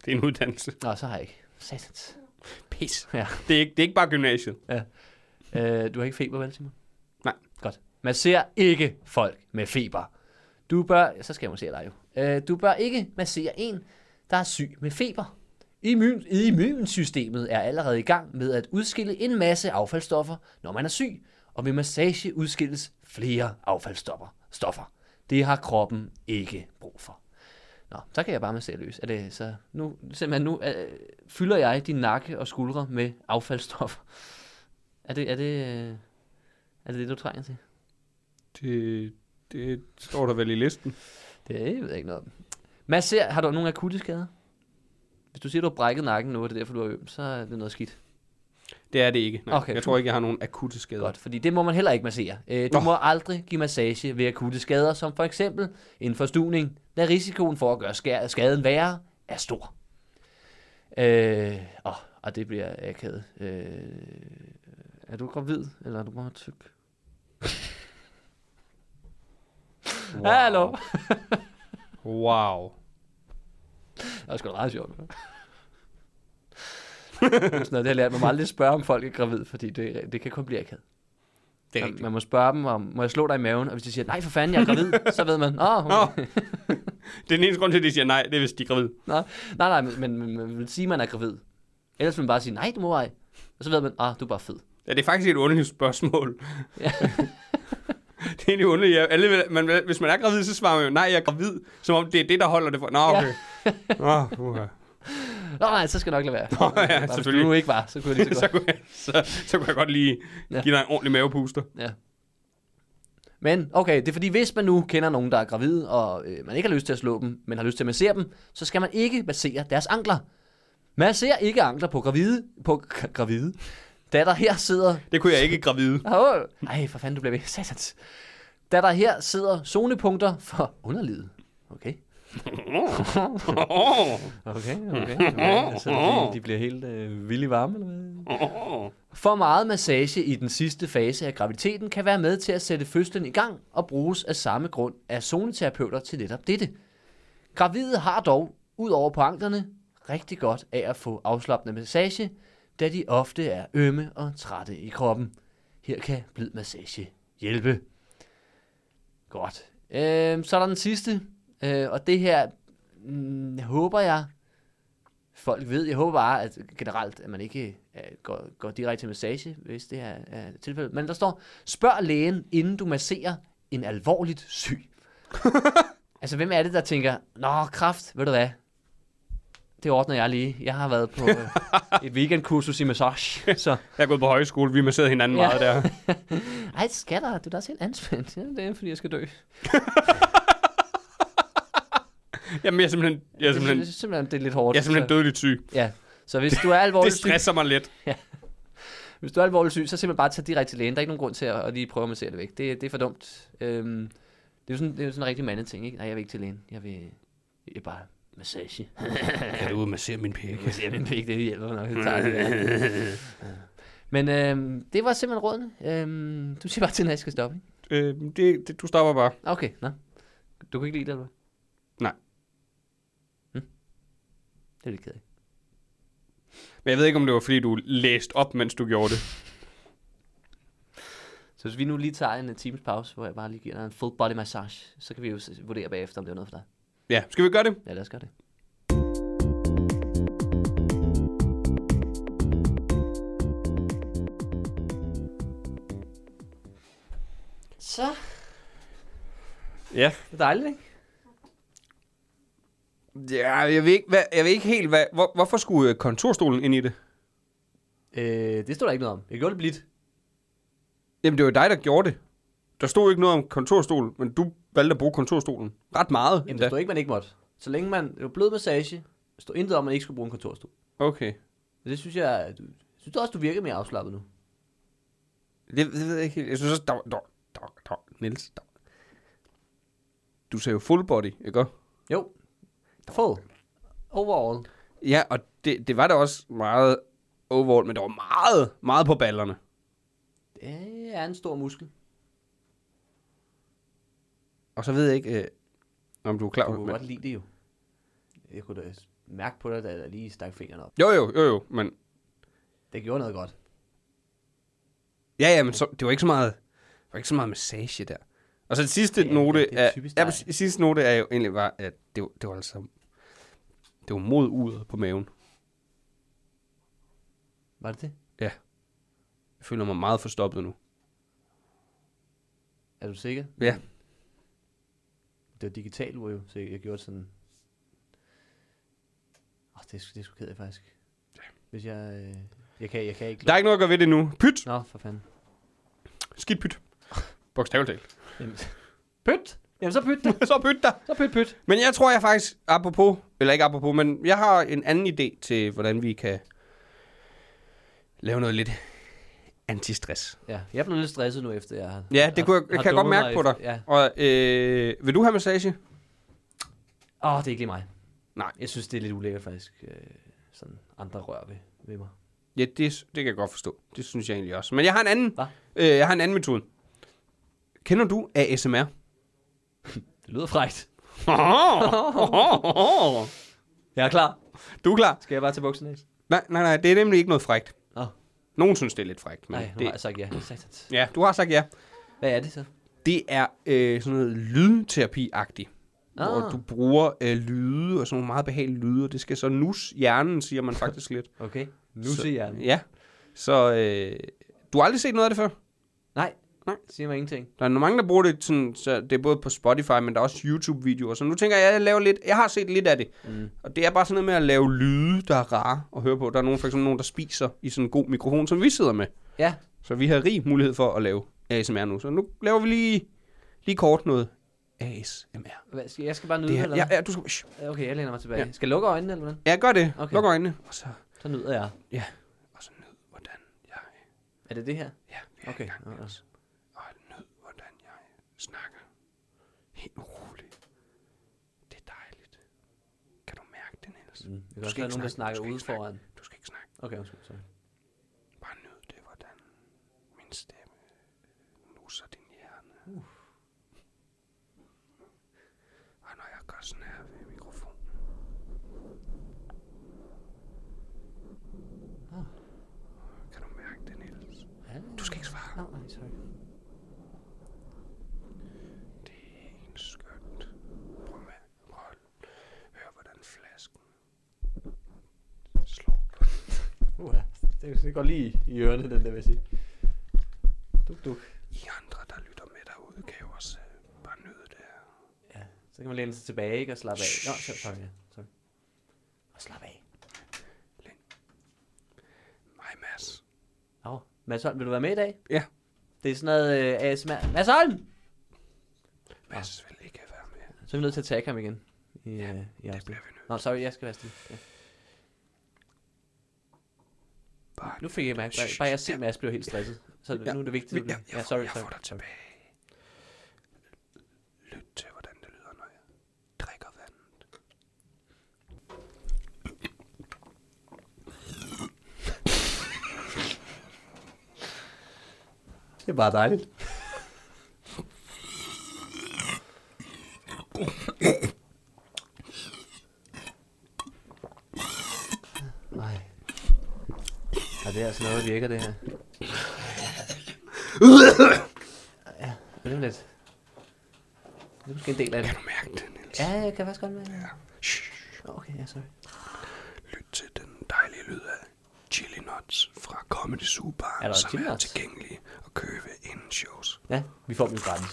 S3: Det er en uddannelse.
S4: Nå, så har jeg ikke. Satans. Pis. Ja.
S3: Det er ikke, det er ikke bare gymnasiet.
S4: Øh, du har ikke feber, vel, Simon?
S3: Nej.
S4: Godt. masser ikke folk med feber. Du bør, så skal jeg massere dig jo. Øh, du bør ikke massere en, der er syg med feber. Immun, immunsystemet er allerede i gang med at udskille en masse affaldsstoffer, når man er syg, og ved massage udskilles flere affaldsstoffer. Stoffer. Det har kroppen ikke brug for. Nå, så kan jeg bare massere løs. Er det, så nu, simpelthen nu øh, fylder jeg din nakke og skuldre med affaldsstoffer. Er det, er det, øh, er det det, du trænger til?
S3: Det, det står der vel i listen.
S4: Det ved jeg ikke noget om. Masser, har du nogle akutte skader? Hvis du siger, du har brækket nakken nu, og det er derfor, du er øm, så er det noget skidt.
S3: Det er det ikke. Nej.
S4: Okay.
S3: Okay. Jeg tror ikke, jeg har nogen akutte skader.
S4: Godt, fordi det må man heller ikke massere. Øh, du
S3: Nå.
S4: må aldrig give massage ved akutte skader, som for eksempel en forstuning, da risikoen for at gøre skær- skaden værre er stor. Øh, og, og det bliver akavet. Øh, er du gravid, eller er du bare tyk? Wow. Hallo!
S3: Wow.
S4: Det var sgu da meget sjovt. Sådan noget, det har jeg lært. Man må aldrig spørge, om folk er gravid, fordi det, det kan kun blive akavet.
S3: Det er
S4: Man,
S3: rigtigt.
S4: man må spørge dem om, må jeg slå dig i maven? Og hvis de siger, nej for fanden, jeg er gravid, så ved man, åh,
S3: Nå.
S4: oh, okay.
S3: Det er den eneste grund til, at de siger nej, det er, hvis de er gravide.
S4: Nå. nej, nej, men, men, men man vil sige, man er gravid. Ellers vil man bare sige, nej, du må ej. Og så ved man, ah, du er bare fed.
S3: Ja, det er faktisk et underligt spørgsmål.
S4: Ja.
S3: det er egentlig underligt. Ja, alle, vil- man, vil- hvis man er gravid, så svarer man jo, nej, jeg er gravid. Som om det er det, der holder det for. Nå, okay. Nå, uha.
S4: Nå, nej, så skal jeg nok lade være.
S3: Nå, ja,
S4: Bare, hvis du
S3: selvfølgelig.
S4: nu ikke var, så kunne jeg lige så
S3: så,
S4: godt.
S3: kunne jeg, så, så kunne jeg godt lige
S4: Ja.
S3: give dig en ordentlig mavepuster.
S4: Men okay, det er fordi, hvis man nu kender nogen, der er gravide, og øh, man ikke har lyst til at slå dem, men har lyst til at massere dem, så skal man ikke massere deres ankler. Masser ikke ankler på gravide, på g- gravide, da der her sidder
S3: Det kunne jeg ikke gravide.
S4: Åh, Ej, for fanden, du bliver ved. Satans. Da der her sidder zonepunkter for underlivet. Okay.
S3: Åh,
S4: Okay, okay. okay. Så de, de bliver helt øh, vildt varme, eller hvad?
S3: åh.
S4: For meget massage i den sidste fase af graviditeten kan være med til at sætte fødslen i gang og bruges af samme grund af zoneterapeuter til netop dette. Gravide har dog, ud over på anklerne, rigtig godt af at få afslappende massage, da de ofte er ømme og trætte i kroppen. Her kan blid massage hjælpe. Godt. Øh, så er der den sidste, øh, og det her mm, håber jeg, folk ved. Jeg håber bare, at generelt, at man ikke øh, går, går direkte til massage, hvis det her er tilfældet. Men der står, spørg lægen, inden du masserer en alvorligt syg. altså, hvem er det, der tænker, nå, kraft, ved du hvad? Det ordner jeg lige. Jeg har været på øh, et weekendkursus i massage, så...
S3: Jeg er gået på højskole, vi masserede hinanden
S4: Ja.
S3: meget der.
S4: Ej, skatter, du er da også helt anspændt. Ja, det er, fordi jeg skal dø.
S3: Jamen, jeg er simpelthen, jeg er simpelthen,
S4: det, er simpelthen det er lidt hårdt.
S3: jeg er simpelthen
S4: så,
S3: dødeligt syg.
S4: Ja. Så hvis du er
S3: Det
S4: alvorligt syg,
S3: stresser mig lidt.
S4: hvis du er alvorligt syg, så simpelthen bare tage direkte til lægen. Der er ikke nogen grund til at, at lige prøve at massere det væk. Det, det er for dumt. Øhm, det er jo sådan, det er jo sådan en rigtig mandet ting, ikke? Nej, jeg vil ikke til lægen. Jeg vil, jeg vil bare massage. Altså,
S3: Kan du massere min pæk?
S4: Massere min pik, det hjælper nok. Det tager det. Men øhm, det var simpelthen rådene. Øhm, du siger bare til, når jeg skal stoppe. ikke?
S3: Øh, det, det, du stopper bare.
S4: Okay, nå. Du kan ikke lide det, eller hvad?
S3: Nej.
S4: Hm? Det er lidt kedeligt.
S3: Men jeg ved ikke, om det var, fordi du læste op, mens du gjorde det.
S4: Så hvis vi nu lige tager en øh, times pause, hvor jeg bare lige giver dig en full body massage, så kan vi jo s- vurdere bagefter, om det var noget for dig.
S3: Ja, skal vi gøre det?
S4: Ja, lad os gøre det. Så.
S3: Ja.
S4: Det er dejligt, ikke?
S3: Ja, jeg ved ikke, hvad, jeg ved ikke helt, hvad, hvor, hvorfor skulle øh, kontorstolen ind i det?
S4: Øh, det stod der ikke noget om. Jeg gjorde det blidt.
S3: Jamen, det var dig, der gjorde det. Der stod ikke noget om kontorstol, men du valgte at bruge kontorstolen. Ret meget.
S4: Jamen,
S3: endda.
S4: der stod ikke, man ikke måtte. Så længe man... Det var blød massage. Der stod intet om, at man ikke skulle bruge en kontorstol.
S3: Okay.
S4: Og det synes jeg... Du, synes du også, du virker mere afslappet nu?
S3: Det, det ved jeg ikke helt. Jeg synes også, der, var- der, var- der, var- der, var- Niels, der, var- du sagde jo full body, ikke? også?
S4: Jo. Full. Overall.
S3: Ja, og det, det var da også meget overall, men der var meget, meget på ballerne.
S4: Det er en stor muskel.
S3: Og så ved jeg ikke, øh, om du er klar.
S4: Du kunne
S3: men-
S4: godt lide det jo. Jeg kunne da mærke på dig, da jeg lige stak fingrene op.
S3: Jo, jo, jo, jo, men
S4: Det gjorde noget godt.
S3: Ja, ja, men så, det var ikke så meget... Det var ikke så meget massage der. Og så den sidste
S4: Det er-
S3: note
S4: det er
S3: er,
S4: typisk
S3: ja,
S4: dig.
S3: præcis, sidste note er jo egentlig var, at det, var- det var altså, det var mod uret på maven.
S4: Var det det?
S3: Jeg føler mig meget forstoppet nu.
S4: Er du sikker?
S3: Ja.
S4: Det var digital ur jo, så jeg gjorde sådan... Oh, det, er, sgu- det er sgu ked af, faktisk. Hvis jeg... Øh, jeg, kan, jeg kan ikke...
S3: Der er ikke noget at gøre ved det nu. Pyt!
S4: Nå, for fanden.
S3: Skidt pyt. Bogstaveligt talt.
S4: Jamen, pyt! Jamen, så pyt da.
S3: så pyt der.
S4: Så pyt, pyt.
S3: Men jeg tror, jeg faktisk, apropos, eller ikke apropos, men jeg har en anden idé til, hvordan vi kan lave noget lidt antistress.
S4: Ja, jeg er blevet lidt stresset nu, efter jeg har...
S3: Ja, det kunne jeg,
S4: har-
S3: jeg
S4: har
S3: kan jeg godt
S4: dummet
S3: mærke på
S4: mig
S3: dig.
S4: efter- Ja.
S3: Og øh, vil du have massage?
S4: Åh, oh, det er ikke lige mig.
S3: Nej.
S4: Jeg synes, det er lidt ulækkert, faktisk. Øh, sådan andre rør ved, ved mig.
S3: Ja, det, det kan jeg godt forstå. Det synes jeg egentlig også. Men jeg har en anden,
S4: Hva?
S3: øh, jeg har en anden metode. Kender du ASMR?
S4: Det lyder frægt.
S3: du
S4: Jeg er klar.
S3: er klar.
S4: Skal jeg bare tage bukserne af?
S3: Nej, nej, nej, det er nemlig ikke noget frægt.
S4: Nå.
S3: Nogen synes, det er lidt frægt. Men
S4: Nej, nu har altså- jeg
S3: det,
S4: sagt ja. Satans.
S3: ja, du har sagt ja.
S4: Hvad er det så?
S3: Det er øh, sådan noget lydterapi-agtigt. Ah. Hvor
S4: Ah.
S3: du bruger øh, lyde og sådan nogle meget behagelige lyde, og det skal så nus hjernen, siger man faktisk lidt.
S4: Okay. Nu
S3: Så-
S4: ser jeg den.
S3: Ja, så øh, du har aldrig set noget af det før?
S4: Nej.
S3: Nej.
S4: Siger mig ingenting.
S3: Der er mange, der bruger det, sådan, så det er både på Spotify, men der er også YouTube-videoer. Så nu tænker jeg, at jeg, laver lidt, jeg har set lidt af det.
S4: Mm.
S3: Og det er bare sådan noget med at lave lyde, der er rare at høre på. Der er nogen, for eksempel nogen, der spiser i sådan en god mikrofon, som vi sidder med.
S4: Ja.
S3: Så vi har rig mulighed for at lave ASMR nu. Så nu laver vi lige, lige kort noget ASMR.
S4: Hvad, skal, jeg skal bare nyde,
S3: Det
S4: det
S3: her,
S4: eller
S3: ja,
S4: hvad?
S3: ja, du skal, shh.
S4: Ja. Okay, jeg læner mig tilbage.
S3: Ja.
S4: Ja. Skal jeg lukke øjnene, eller hvordan?
S3: ja, gør det. Okay.
S4: Okay.
S3: Luk øjnene, og så,
S4: Så nyder jeg.
S3: og så nyd, hvordan jeg...
S4: Er det det her?
S3: Ja, vi er i
S4: Okay.
S3: gang med
S4: Nå, altså. nå.
S3: os. Og nyd, hvordan jeg snakker. Helt roligt. Det er dejligt. Kan du mærke det, Niels?
S4: Mm. Det kan
S3: ikke
S4: også være nogen, der snakker
S3: snakke. Du skal
S4: ude
S3: ikke snakke.
S4: foran.
S3: Du skal ikke snakke.
S4: Okay, undskyld. Sorry.
S3: Bare nyd det, hvordan min stemme nusser din hjerne. Og når jeg gør sådan her ved mikrofonen.
S4: Ah.
S3: Kan du mærke det, Niels?
S4: Ja.
S3: Du skal ikke svare.
S4: Nå, nej, sorry.
S3: Det er helt skønt. Prøv at prøv at høre, hvordan flasken slår.
S4: Uha. Det, det går lige i ørerne, den der, vil jeg sige. Duk, duk.
S3: I andre, der lytter med derude, kan jo også øh, bare nyde det her.
S4: Ja. Så kan man læne sig tilbage, ikke? Og slappe af. Nå, sorry, sorry. Ja. sorry. Og slappe af.
S3: Hej Mads.
S4: Nå, Mads Holm, vil du være med i dag?
S3: Ja.
S4: Det er sådan noget øh, ASMR. Mads Holm!
S3: Mads vil ikke være med.
S4: Så er vi nødt til at tagge ham igen. I, ja, øh, i
S3: Det
S4: afsnit.
S3: bliver vi nødt
S4: Nå, sorry, jeg skal være stille. Ja.
S3: Bare
S4: Nu fik jeg mærke, bare, bare jeg ser Mads bliver helt stresset. Så
S3: Ja.
S4: nu er det vigtigt.
S3: til.
S4: at
S3: Jeg,
S4: du-
S3: jeg,
S4: Ja, sorry,
S3: jeg får
S4: sorry.
S3: dig tilbage. Lyt til, hvordan det lyder, når jeg drikker vand.
S4: Det er bare dejligt. Nej. Ja, det er altså noget, der virker, det her. Ja, det er lidt. Det er måske en del af det.
S3: Kan du mærke det, Niels?
S4: Ja, jeg kan faktisk godt mærke det.
S3: Shh.
S4: Okay, ja, sorry.
S3: Lyt til den dejlige lyd af Chili Nuts fra Comedy Zoo Bar,
S4: Er der
S3: som
S4: Chili
S3: er
S4: Nuts?
S3: tilgængelige at købe inden shows.
S4: Ja, vi får dem jo gratis.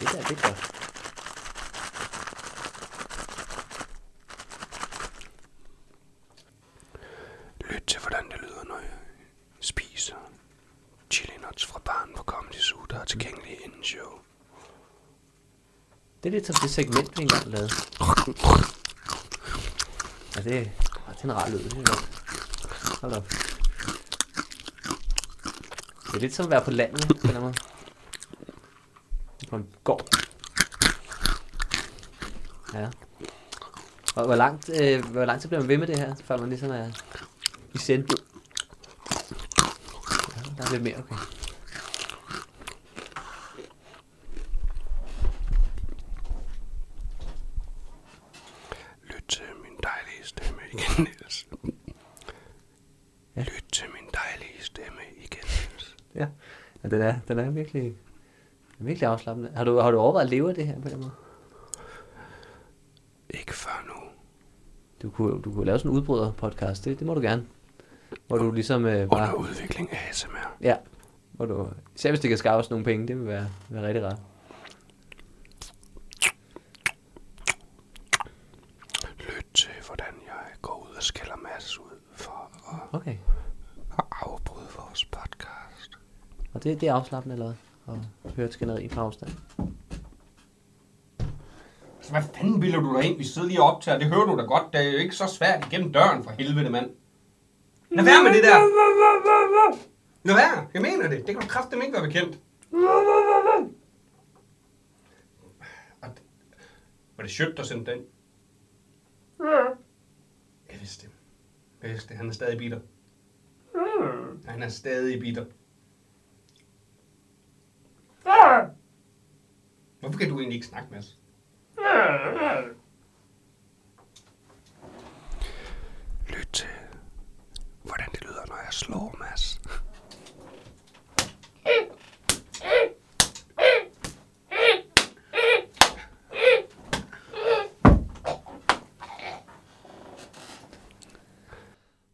S4: Det der, det er godt.
S3: Lyt til, hvordan det lyder, når jeg spiser chili nuts fra barn på Comedy Zoo, der er tilgængelige inden show.
S4: Det er lidt som det segment, vi engang lavede. Ja, det, åh, det er en rar lyd. Det er godt. Hold op. Det er lidt som at være på landet, på en eller anden måde. På en gård. Ja. Og hvor langt, øh, hvor lang tid bliver man ved med det her, før man ligesom er i send? Ja, der er lidt mere, okay.
S3: Lyt til min dejlige stemme igen, Niels.
S4: Ja.
S3: Lyt til min dejlige stemme igen, Niels.
S4: Ja. Ja, den er, den er virkelig, den er virkelig afslappende. Har du, har du overvejet at leve af det her på den måde?
S3: Ikke før nu.
S4: Du kunne, du kunne lave sådan en udbryder-podcast, det, det må du gerne. Hvor du ligesom øh, bare...
S3: Under udvikling af ASMR.
S4: Ja, hvor du... Især hvis det kan skaffe os nogle penge, det vil være, være rigtig rart.
S3: Lyt til, hvordan jeg går ud og skælder Mads ud for at-
S4: Okay.
S3: at afbryde vores podcast.
S4: Og det, det er afslappende eller hvad? At høre et skænderi fra afstand.
S3: Så Altså, hvad fanden bilder du dig ind? Vi sidder lige og optager. Det hører du da godt. Det er jo ikke så svært igennem døren for helvede, mand. Lad være med det der. Lad være. Jeg mener det. Det kan du kraftedeme ikke være bekendt. Og det- Var det Sjøt, der sendte den? Jeg vidste det. Jeg vidste det. Han er stadig bitter. Han er stadig bitter. Hvorfor kan du egentlig ikke snakke med os? Lyt til, øh, hvordan det lyder, når jeg slår, Mads.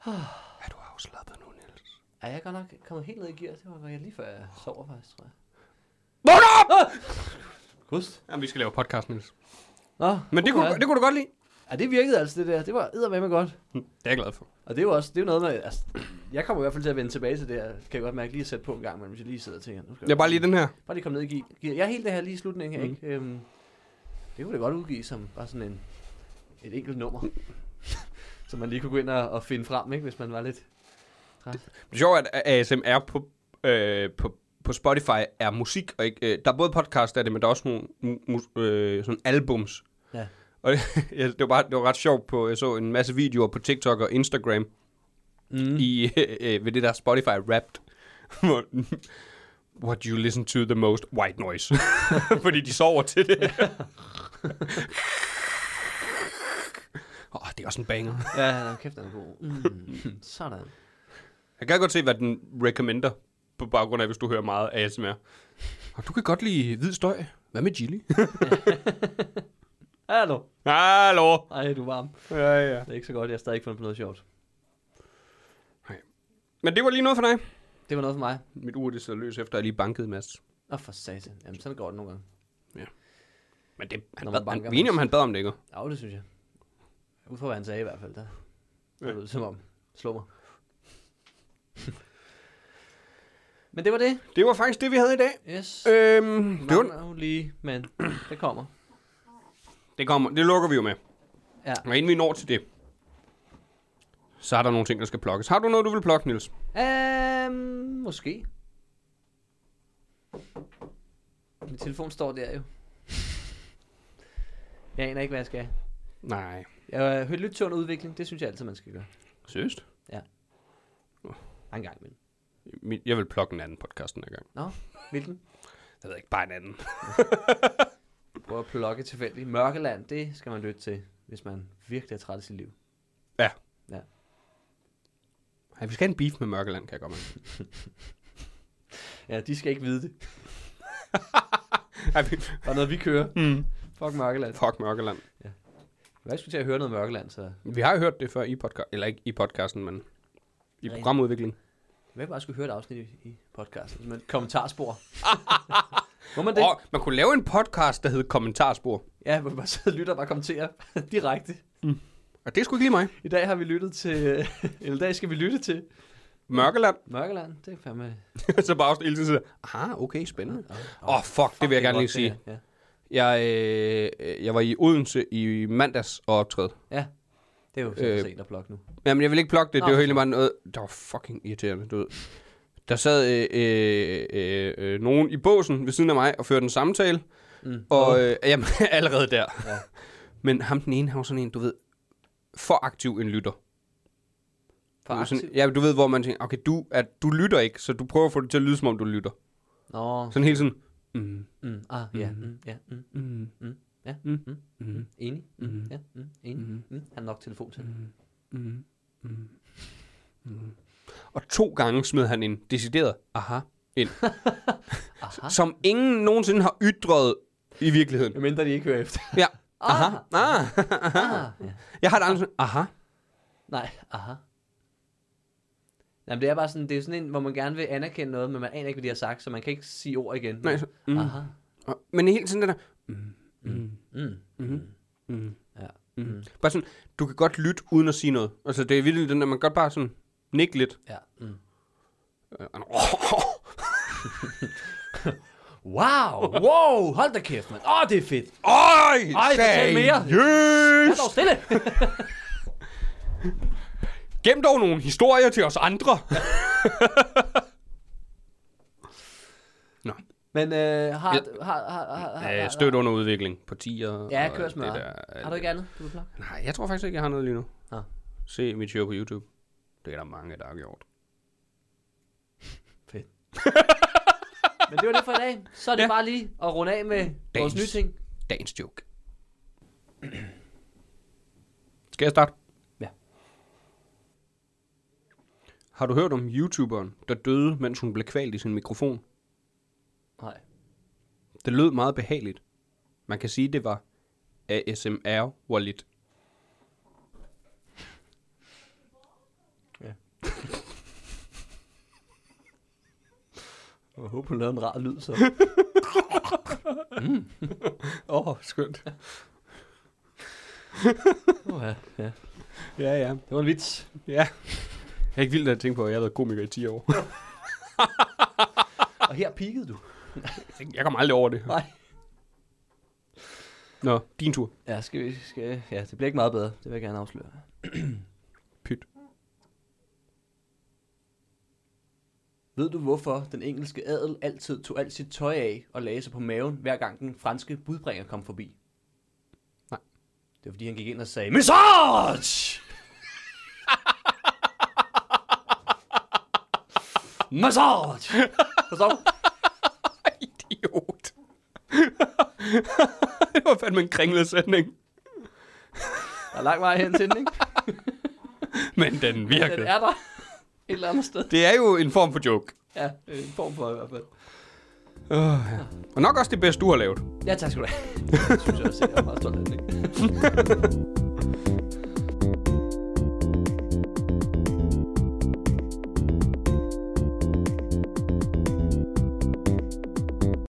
S3: Er du afslappet nu, Niels?
S4: Ej, jeg er godt nok kommet helt ned i gear. Det var jeg lige før jeg sover faktisk, tror jeg. Ah!
S3: Vågn op!
S4: Kust.
S3: Jamen, vi skal lave podcast, Niels.
S4: Nå,
S3: Men det kunne, du- det kunne du godt lide.
S4: Ja, det virkede altså det der. Det var eddermame godt.
S3: Det er jeg glad for.
S4: Og det er jo også det er jo noget med... Altså, jeg kommer i hvert fald til at vende tilbage til det her. Kan jeg godt mærke lige at sætte på en gang, men hvis jeg lige sidder og tænker... Nu skal
S3: Jeg bare lige den her. Mhm.
S4: Bare lige komme ned i gear. gear. Jeg er helt det her lige i slutningen her, ikke? Øhm, det kunne da godt udgive som bare sådan en, et enkelt nummer. som man lige kunne gå ind og, og finde frem, ikke? Hvis man var lidt...
S3: Det sjove er, at ASMR på, øh, på, på Spotify er musik, og ikke, øh, der er både podcast af det, men der er også nogle mu- mu- øh, sådan albums.
S4: Ja.
S3: Og ja, det, var bare, det var ret sjovt, på, jeg så en masse videoer på TikTok og Instagram mm. i, øh, øh, ved det der Spotify Wrapped. hvor- What do you listen to the most? White noise. Fordi de sover til det. Åh, oh, det er også en banger.
S4: Ja, han er kæft, han er god. Mm.
S3: Mhm.
S4: sådan.
S3: Jeg kan godt se, hvad den recommender, på baggrund af, hvis du hører meget ASMR. Og du kan godt lide hvid støj. Hvad med chili?
S4: Hallo.
S3: Hallo!
S4: Ej, du er varm.
S3: Ja, ja.
S4: Det er ikke så godt, jeg har stadig ikke fundet på noget sjovt.
S3: Men det var lige noget for dig.
S4: Det var noget for mig.
S3: Mit ur, det sidder løs efter, at jeg lige bankede Mads.
S4: Åh, for satan. Jamen, sådan går det nogle gange.
S3: Men det, han
S4: Når man
S3: bad,
S4: banker
S3: han, vi er enige om,
S4: Mads.
S3: han bad om det, ikke?
S4: Ja, det synes jeg. Ud fra, hvad han sagde i hvert fald, der. Det lød det som om. Slå mig. Men det var det.
S3: Det var faktisk det, vi havde i dag.
S4: Yes.
S3: Øhm, det, var,
S4: Mangler hun lige, men det kommer.
S3: det, kommer, det lukker vi jo med.
S4: Ja.
S3: Og inden vi når til det, så er der nogle ting, der skal plukkes. Har du noget, du vil plukke, Niels?
S4: Øhm, måske. Min telefon står der jo. Jeg aner ikke, hvad jeg skal.
S3: Nej.
S4: Jeg har lyttet til under udvikling. Det synes jeg altid, man skal gøre.
S3: Seriøst?
S4: Ej, En gang imellem.
S3: Min- Jeg vil plukke en anden podcast den her gang.
S4: Nå, hvilken?
S3: Jeg ved ikke, bare en anden.
S4: Prøv at plukke tilfældigt. Mørkeland, det skal man lytte til, hvis man virkelig er træt af sit liv.
S3: Ja.
S4: Ja.
S3: Ej, vi skal have en beef med Mørkeland, kan jeg godt mærke.
S4: Ja, de skal ikke vide det.
S3: Ej, vi-
S4: Og når vi kører. Mm. Fuck Mørkeland.
S3: Fuck Mørkeland.
S4: Hvad skulle til at høre noget Mørkeland, så...
S3: Vi har jo hørt det før i podcast, eller ikke i podcasten, men i
S4: Rigtigt.
S3: programudvikling.
S4: Hvad bare skulle høre et afsnit i, i podcasten? Som et kommentarspor. Må man det?
S3: Og man kunne lave en podcast, der hed Kommentarspor.
S4: Ja, hvor vi bare sidder og lytter og bare kommenterer direkte.
S3: Og det er sgu ikke lige mig.
S4: I dag har vi lyttet til... eller i dag skal vi lytte til
S3: Mørkeland.
S4: Mørkeland. Det er fandme...
S3: så bare også hele tiden siger, ah, okay, spændende.
S4: Åh,
S3: Åh, oh, fuck, det vil jeg gerne lige sige.
S4: Ja.
S3: Jeg, øh, jeg var i Odense i mandags og optræde.
S4: ja. Det er jo sådan
S3: Øh,
S4: sent at plukke nu.
S3: Jamen, jeg vil ikke plukke det.
S4: Nå,
S3: Det var
S4: for
S3: helt bare noget, der var fucking irriterende, du ved. Der sad øh, øh, øh, øh, nogen i båsen ved siden af mig og førte en samtale.
S4: Mm.
S3: Og øh, jamen, allerede der.
S4: Ja.
S3: Ja. Men ham den ene, han var sådan en, du ved, for aktiv en lytter.
S4: For
S3: Du er
S4: aktiv.
S3: Sådan, ja, du ved, hvor man tænker, okay, du, at du lytter ikke, så du prøver at få det til at lyde, som om du lytter.
S4: Nå,
S3: Sådan helt sådan, mm,
S4: mm, ah, ja, mm, ja, mm,
S3: mm,
S4: mm, ja,
S3: mm,
S4: mm,
S3: mm,
S4: enig,
S3: mm,
S4: ja, mm, enig, mm. Mm, han har nok telefon til. Mm.
S3: mm, mm. Og to gange smed han en decideret, aha, ind, som ingen nogensinde har ytret i virkeligheden.
S4: Hvem mindre de ikke hører efter.
S3: Ja. Aha. Ah.
S4: ja.
S3: Jeg har et andet... sådan, Aha.
S4: Nej, aha. Jamen, det er bare sådan, det er sådan en, hvor man gerne vil anerkende noget, men man aner ikke, hvad de har sagt, så man kan ikke sige ord igen.
S3: Nej, så- mm.
S4: mm. Aha.
S3: Og- Men hele tiden den der...
S4: Mm. Ja.
S3: Mm. Bare sådan, du kan godt lytte uden at sige noget. Altså, det er virkelig den der, man kan godt bare sådan nikke lidt.
S4: Ja. Mm.
S3: Øh, og- åh,
S4: Wow, wow, hold da kæft, mand. Åh, oh, det er fedt.
S3: Øj,
S4: Ej, fortæl mere.
S3: Yes!
S4: Hold dog stille.
S3: Gem dog nogle historier til os andre. Nå,
S4: men øh, har, har, har, har, har, har,
S3: øh, støt under udvikling på 10'er.
S4: Ja,
S3: og
S4: kør
S3: alt
S4: smør.
S3: det der.
S4: Har du ikke andet, du vil plukke?
S3: Nej, jeg tror faktisk ikke, jeg har noget lige nu.
S4: Nå.
S3: Se mit show på YouTube. Det er der mange, der har gjort.
S4: Fedt. men det var det for i dag. Så er det ja. bare lige at runde af med vores
S3: Dagens.
S4: nye ting.
S3: Dagens joke. Skal jeg starte?
S4: Ja.
S3: Har du hørt om YouTuberen, der døde, mens hun blev kvalt i sin mikrofon?
S4: Nej.
S3: Det lød meget behageligt. Man kan sige, det var ASMR Wallet.
S4: Jeg håber, hun lavede en rar lyd, så.
S3: Åh, oh, skønt.
S4: oh, ja. ja.
S3: Ja, ja.
S4: Det var en vits.
S3: Ja. Jeg er ikke vildt at tænke på, at jeg har været komiker i 10 år.
S4: Og her peakede du.
S3: Jeg kommer aldrig over det.
S4: Nej.
S3: Nå, din tur.
S4: Ja, skal vi, skal, ja, det bliver ikke meget bedre. Det vil jeg gerne afsløre.
S3: Pyt.
S4: Ved du, hvorfor den engelske adel altid tog alt sit tøj af og lagde sig på maven, hver gang den franske budbringer kom forbi?
S3: Nej.
S4: Det var, fordi han gik ind og sagde, Massage! Massage! Forstår du?
S3: Idiot. det var fandme en kringlet sætning.
S4: Der er lang vej hen til den, ikke?
S3: Men den virkede.
S4: Den er der. Et eller andet sted.
S3: Det er jo en form for joke.
S4: Ja, en form for i hvert fald.
S3: Og nok også det bedste, du har lavet.
S4: Ja, tak skal du have. Det synes jeg også, jeg er meget stolt af det.